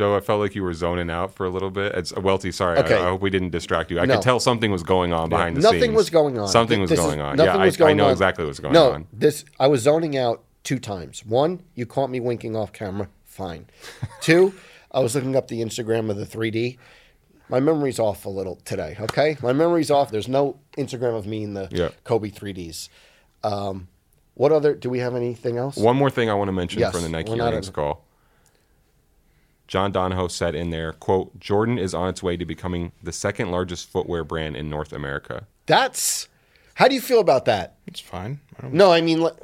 B: Joe, I felt like you were zoning out for a little bit. It's Welty, sorry. I-
A: Okay.
B: I, hope we didn't distract you. I
A: No.
B: could tell something was going on behind the
A: nothing
B: scenes.
A: was going on.
B: Something
A: Th-
B: was
A: this is-
B: going on.
A: nothing
B: Yeah, I,
A: was going
B: I know
A: on.
B: exactly what's going
A: no,
B: on.
A: this I was zoning out two times. One, you caught me winking off camera. Fine. Two, I was looking up the Instagram of the 3D. My memory's off a little today. Okay, my memory's off. There's no Instagram of me in the
B: Yeah.
A: Kobe 3Ds. Um, what other? Do we have anything else?
B: One more thing I want to mention
A: Yes,
B: from the Nike
A: we're not
B: earnings
A: in-
B: call. John Donahoe said in there, quote, Jordan is on its way to becoming the second largest footwear brand in North America.
A: That's. How do you feel about that?
C: it's fine. I don't,
A: No, I mean, like,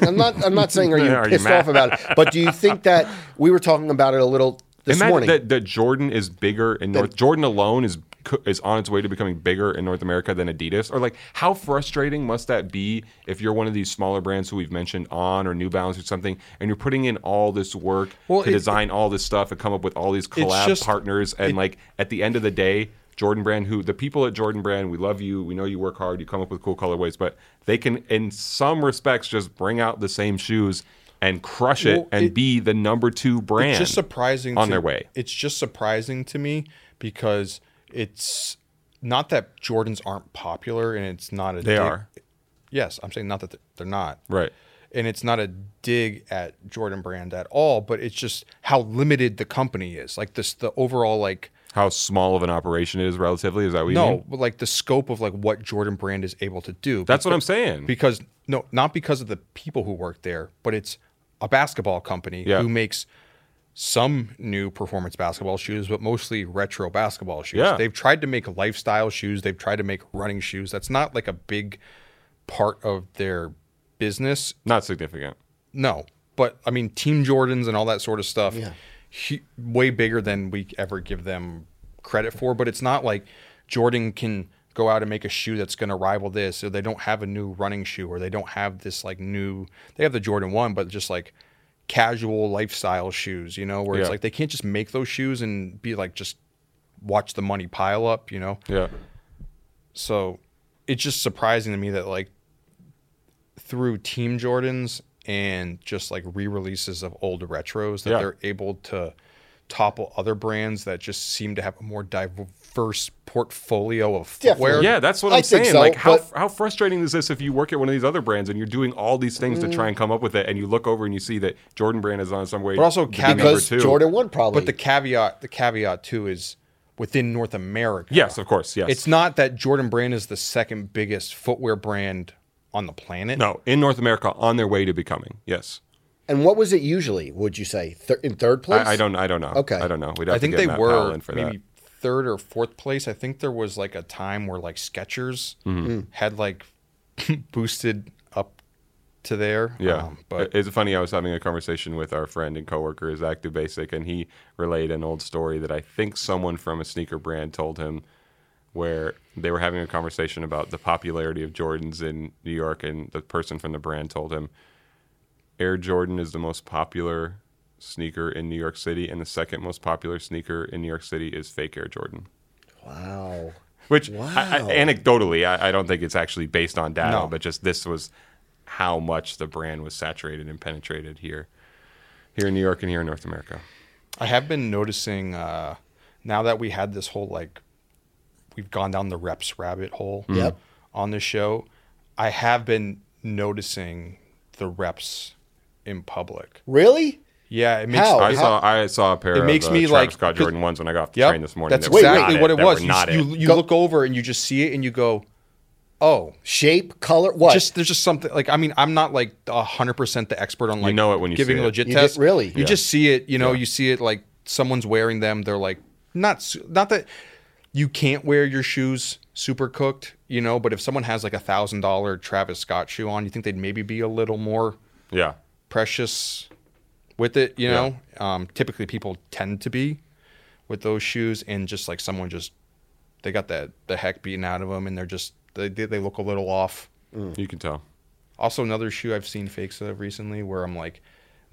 A: I'm not. I'm not saying are you
B: Are you
A: pissed
B: mad?
A: off about it, but do you think that we were talking about it a little this
B: Imagine
A: morning?
B: That, that Jordan is bigger in North. Jordan alone is co- is on its way to becoming bigger in North America than Adidas. Or like, how frustrating must that be if you're one of these smaller brands who we've mentioned, On or New Balance or something, and you're putting in all this work
C: Well,
B: to
C: it-
B: design all this stuff and come up with all these collab
C: just-
B: partners, and like at the end of the day. Jordan Brand, who the people at Jordan Brand, we love you. We know you work hard. You come up with cool colorways, but they can, in some respects, just bring out the same shoes and crush it
C: Well,
B: and
C: it-
B: be the number two brand.
C: it's just surprising
B: on
C: to-
B: their way.
C: It's just surprising to me because it's not that Jordans aren't popular and it's not a
B: They
C: dig-
B: are.
C: Yes, I'm saying not that they're- they're not.
B: Right.
C: And it's not a dig at Jordan Brand at all, but it's just how limited the company is. Like this, the overall like
B: how small of an operation it is relatively. Is that what you
C: no,
B: mean?
C: but like the scope of like what Jordan Brand is able to do.
B: That's what I'm saying.
C: because no, not because of the people who work there, but it's a basketball company
B: Yeah.
C: who makes some new performance basketball shoes, but mostly retro basketball shoes.
B: Yeah.
C: They've tried to make lifestyle shoes, they've tried to make running shoes. That's not like a big part of their business.
B: Not significant.
C: No, but I mean, Team Jordans and all that sort of stuff, hu- way bigger than we ever give them credit for. But it's not like Jordan can go out and make a shoe that's going to rival this, or they don't have a new running shoe, or they don't have this like new. They have the Jordan One, but just like casual lifestyle shoes, you know, where it's
B: Yeah.
C: like they can't just make those shoes and be like just watch the money pile up, you know.
B: Yeah.
C: So it's just surprising to me that like through Team Jordans and just like re-releases of old retros that
B: Yeah.
C: they're able to topple other brands that just seem to have a more diverse portfolio of
A: Definitely.
C: footwear.
B: Yeah, that's what I'm
A: I think
B: saying.
A: so,
B: like, how,
A: but-
B: how frustrating is this if you work at one of these other brands and you're doing all these things to try and come up with it, and you look over and you see that Jordan Brand is on some way,
C: Mm. But also
B: to be
C: caveat-
B: number
A: because
B: two.
A: Jordan one probably.
C: But the caveat the caveat too is within North America.
B: Yes, of course. Yes.
C: It's not that Jordan brand is the second biggest footwear brand on the planet.
B: no in North America on their way to becoming. Yes.
A: and what was it usually? Would you say Thir- in third place?
B: I, I don't. I don't know.
A: Okay.
B: I don't know. We'd have
C: I think
B: to get
C: they
B: Matt Powell
C: were
B: in for
C: maybe third or fourth place. I think there was like a time where like Skechers
B: Mm-hmm.
A: Mm.
C: had like boosted up to there.
B: that. Yeah,
C: Um, but
B: it's funny. I was having a conversation with our friend and coworker, Zach Dubasic, and he relayed an old story that I think someone from a sneaker brand told him where they were having a conversation about the popularity of Jordans in New York, and the person from the brand told him Air Jordan is the most popular sneaker in New York City, and the second most popular sneaker in New York City is fake Air Jordan.
A: Wow.
B: Which, I, I,
A: Wow.
B: anecdotally, I, I don't think it's actually based on data,
C: No.
B: but just this was how much the brand was saturated and penetrated here, here in New York and here in North America.
C: I have been noticing uh, now that we had this whole like we've gone down the reps rabbit hole
A: Mm. Yep.
C: on this show. I have been noticing the reps in public.
A: Really?
C: Yeah, it makes
A: How?
B: I saw I saw a pair.
C: Oh, It makes
B: of, uh,
C: me,
B: Travis
C: like-
B: Scott Jordan ones when I got off the
C: Yep,
B: train this morning.
C: That's
B: that were not
C: exactly
B: it,
C: what it
B: that
C: was.
B: were
C: You,
B: Not
C: you,
B: it.
C: you look over and you just see it and you go, "Oh,
A: Shape, color, what?
C: just there's just something like I mean I'm not like hundred percent the expert on like
B: know it when you
C: giving
B: see it.
C: legit
A: You
C: tests.
A: did- really?
C: you
A: Yeah.
C: just see it. You know, you see it like someone's wearing them. They're like not su- not that you can't wear your shoes super cooked. You know, but if someone has like a thousand dollar Travis Scott shoe on, you think they'd maybe be a little more
B: Yeah,
C: precious with it. You know, um, typically people tend to be with those shoes, and just like someone just they got that the heck beaten out of them, and they're just they they they look a little off.
B: you can tell.
C: Also, another shoe I've seen fakes of recently where I'm like,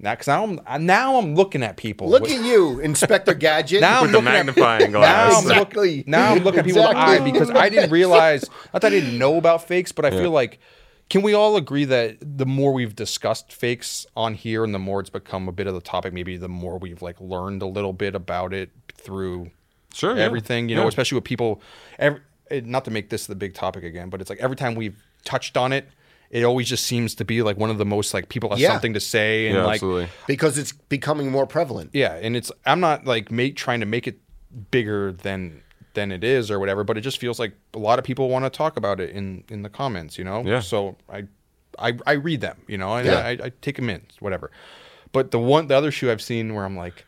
C: Now, because now I'm I- now I'm looking at people.
A: Look
C: with-
A: at you, Inspector Gadget.
C: Now I'm
B: the
C: looking at-
B: magnifying
C: now
B: glass.
C: I'm, look-
A: Exactly.
C: now I'm looking people in the eye
A: Exactly.
C: because I didn't realize. Not that I didn't know about fakes, but I feel like can we all agree that the more we've discussed fakes on here and the more it's become a bit of the topic, maybe the more we've like learned a little bit about it through
B: Sure, yeah.
C: everything. You know,
B: Yeah.
C: especially with people. Every, eh, not to make this the big topic again, but it's like every time we've touched on it. It always just seems to be like one of the most like people have
A: Yeah.
C: something to say and
B: Yeah,
C: like
B: absolutely.
A: because it's becoming more prevalent.
C: yeah and it's i'm not like make trying to make it bigger than than it is or whatever but it just feels like a lot of people want to talk about it in in the comments you know
B: Yeah.
C: so i i, I read them you know and
A: Yeah.
C: I, I take them in whatever but the one the other shoe i've seen where i'm like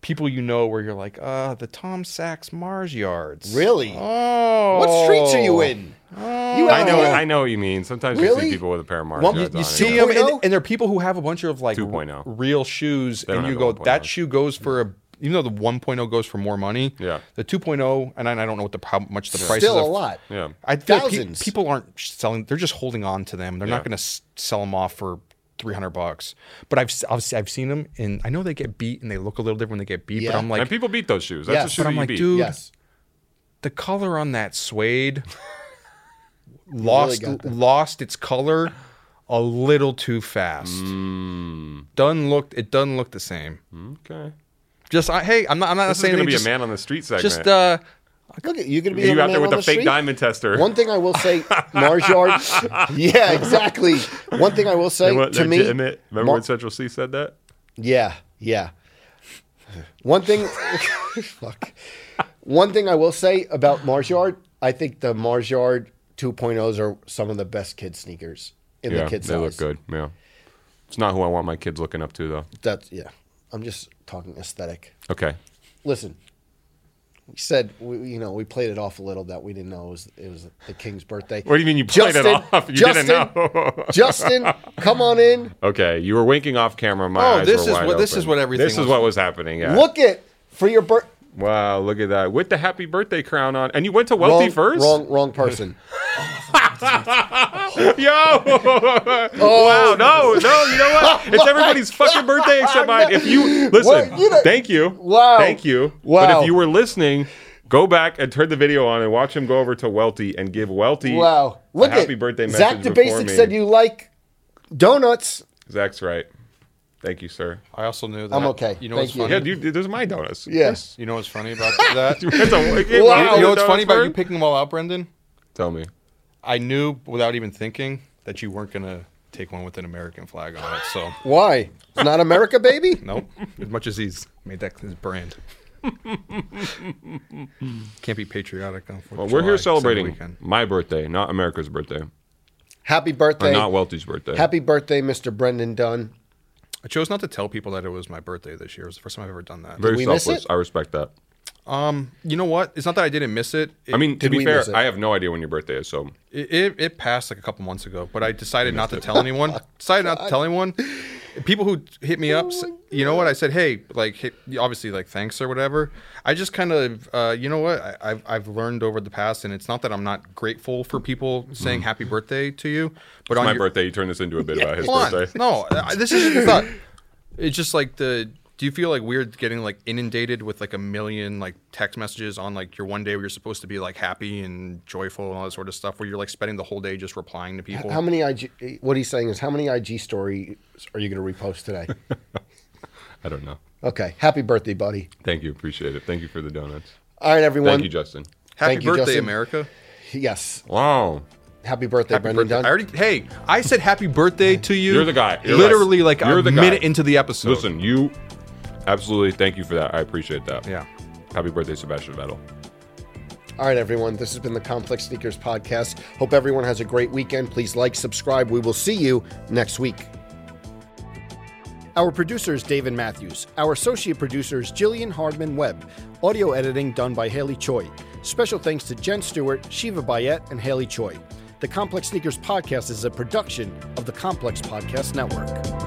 C: people you know where you're like uh the tom sachs mars yards
A: Really?
C: oh
A: What streets are you in? You
B: Oh. I know.
A: out
B: I know what you mean. Sometimes you
A: Really?
B: see people with a pair of Mars
A: Well,
B: yards
A: you
B: on,
A: see
B: yeah.
A: it-
C: Yeah, but-
A: 2.0?
C: and, and there are people who have a bunch of like
B: 2.0.
C: real shoes,
B: oh. don't
C: and you
B: have
C: go,
B: the oh. 1.0.
C: that shoe goes for a, even though the 1.0 goes for more money,
B: Yeah.
C: the 2.0, and I, I don't know what the how much the price
A: Still a
C: is. of-
A: lot.
B: Yeah.
C: I feel like pe-
A: Thousands.
C: people aren't selling; they're just holding on to them. They're
B: Yeah.
C: not going to s- sell them off for 300 bucks. But I've, s- I've s- I've seen them, and I know they get beat, and they look a little different when they get beat.
A: Yeah.
C: But I'm
B: and
C: like,
B: people beat those shoes. That's
A: Yes,
B: a shoe
A: but
B: that
C: I'm
B: you
C: like,
B: beat.
C: dude,
A: Yes.
C: the color on that suede lost
A: got that.
C: lost its color a little too fast.
A: Mm.
C: Doesn't look it doesn't look the same.
B: Mm, Okay.
C: Just I, hey, I'm not I'm not
B: This is
C: saying
B: gonna
C: anything,
B: be
C: just,
B: a man on the street segment.
C: just uh
A: Look at you're gonna be
B: you
A: the
B: out there
A: man
B: with
A: on
B: a
A: the
B: fake
A: street?
B: diamond tester.
A: One thing I will say, Mars yards. Yeah, exactly. One thing I will say
B: You know what
A: to me,
B: legitimate- Remember
A: Mar-
B: when Central C said that?
A: Yeah, yeah. One thing, fuck. One thing I will say about Mars Yard, I think the Mars Yard 2.0s are some of the best kid sneakers in
B: yeah,
A: the kids'
B: they look
A: size.
B: good. Yeah. It's not who I want my kids looking up to though.
A: That's yeah. I'm just talking aesthetic.
B: Okay.
A: Listen, we said we, you know we played it off a little that we didn't know it was it was the king's birthday.
B: What do you mean you played it off? You didn't know.
A: Justin, come on in.
B: Okay, you were winking off camera. My
C: Oh,
B: eyes
C: this
B: were
C: is
B: wide
C: what- this
B: open.
C: is what everything
B: This is
C: was-
B: what was happening. Yeah.
A: Look it for your birth.
B: Wow, look at that with the happy birthday crown on, and you went to wealthy first.
A: Wrong, wrong person.
B: Yo!
A: Oh.
B: wow! No, no. You know what? It's everybody's fucking birthday except mine. If you listen,
A: What? You don't-
B: thank you.
A: Wow.
B: Thank you. But
A: Wow.
B: if you were listening, go back and turn the video on and watch him go over to Welty and give Welty
A: Wow. Look
B: a happy
A: at
B: birthday message
A: Zach
B: before
A: DeBasic
B: me.
A: said you like donuts.
B: Zach's right. Thank you, sir.
C: I also knew that
A: I'm okay.
C: You know
A: Thank
C: what's
A: you.
B: Yeah,
C: funny?
B: dude, those are my donuts.
A: Yes.
C: You know what's funny about that?
B: That's a-
A: Wow.
C: You know what's
B: donuts
C: funny about you
B: first?
C: picking them all out, Brendan?
B: Tell me.
C: I knew without even thinking that you weren't gonna take one with an American flag on it. So
A: Why? It's not America, baby?
C: Nope. as much as he's made that his brand. Can't be patriotic on Fourth
B: Well,
C: of
B: we're
C: July,
B: here
C: except
B: celebrating
C: weekend.
B: my birthday, not America's birthday,
A: Happy
B: or
A: birthday.
B: not Welty's birthday.
A: Happy birthday, Mr. Brendan Dunn.
C: I chose not to tell people that it was my birthday this year. It was the first time I've ever done that.
B: Very
A: we miss
B: selfless.
A: it?
B: I respect that.
C: Um, you know what? It's not that I didn't miss it. It,
B: I mean, to
A: Did
B: be
A: we
B: fair,
A: miss it?
B: I have no idea when your birthday is, so
C: it, it, it passed like a couple months ago, but I decided not to tell anyone. decided not to tell anyone. People who hit me up, s- you know what? I said, hey, like, hit, obviously, like, thanks or whatever. I just kind of, uh, you know what? I, I've, I've learned over the past, and it's not that I'm not grateful for people saying happy birthday to you, but on
B: my
C: your,
B: birthday. You turn this into a bit about his
C: Hold on.
B: birthday.
C: No, I- this is just a thought. It's just like the. Do you feel like weird getting like inundated with like a million like text messages on like your one day where you're supposed to be like happy and joyful and all that sort of stuff where you're like spending the whole day just replying to people?
A: How many IG, what he's saying is, how many IG stories are you going to repost today?
B: I don't know.
A: okay. Happy birthday, buddy.
B: Thank you, appreciate it. Thank you for the donuts.
A: All right, everyone.
B: Thank you, Justin.
C: Happy
A: Thank you,
C: birthday,
A: Justin.
C: America!
A: Yes.
B: Wow,
A: Happy birthday,
C: Happy
A: Brendan
C: birthday!
A: Dunn.
C: I already hey, I said happy birthday to you.
B: You're the guy. You're
C: Literally like
B: right. You're
C: a
B: the guy.
C: minute into the episode.
B: listen, you absolutely thank you for that. I appreciate that.
C: Yeah.
B: Happy birthday, Sebastian Vettel.
A: All right, everyone. This has been the Complex Sneakers Podcast. Hope everyone has a great weekend. Please like, subscribe. We will see you next week. Our producer is David Matthews. Our associate producer is Jillian Hardman Webb. Audio editing done by Haley Choi. Special thanks to Jen Stewart, Shiva Bayet, and Haley Choi. The Complex Sneakers Podcast is a production of the Complex Podcast Network.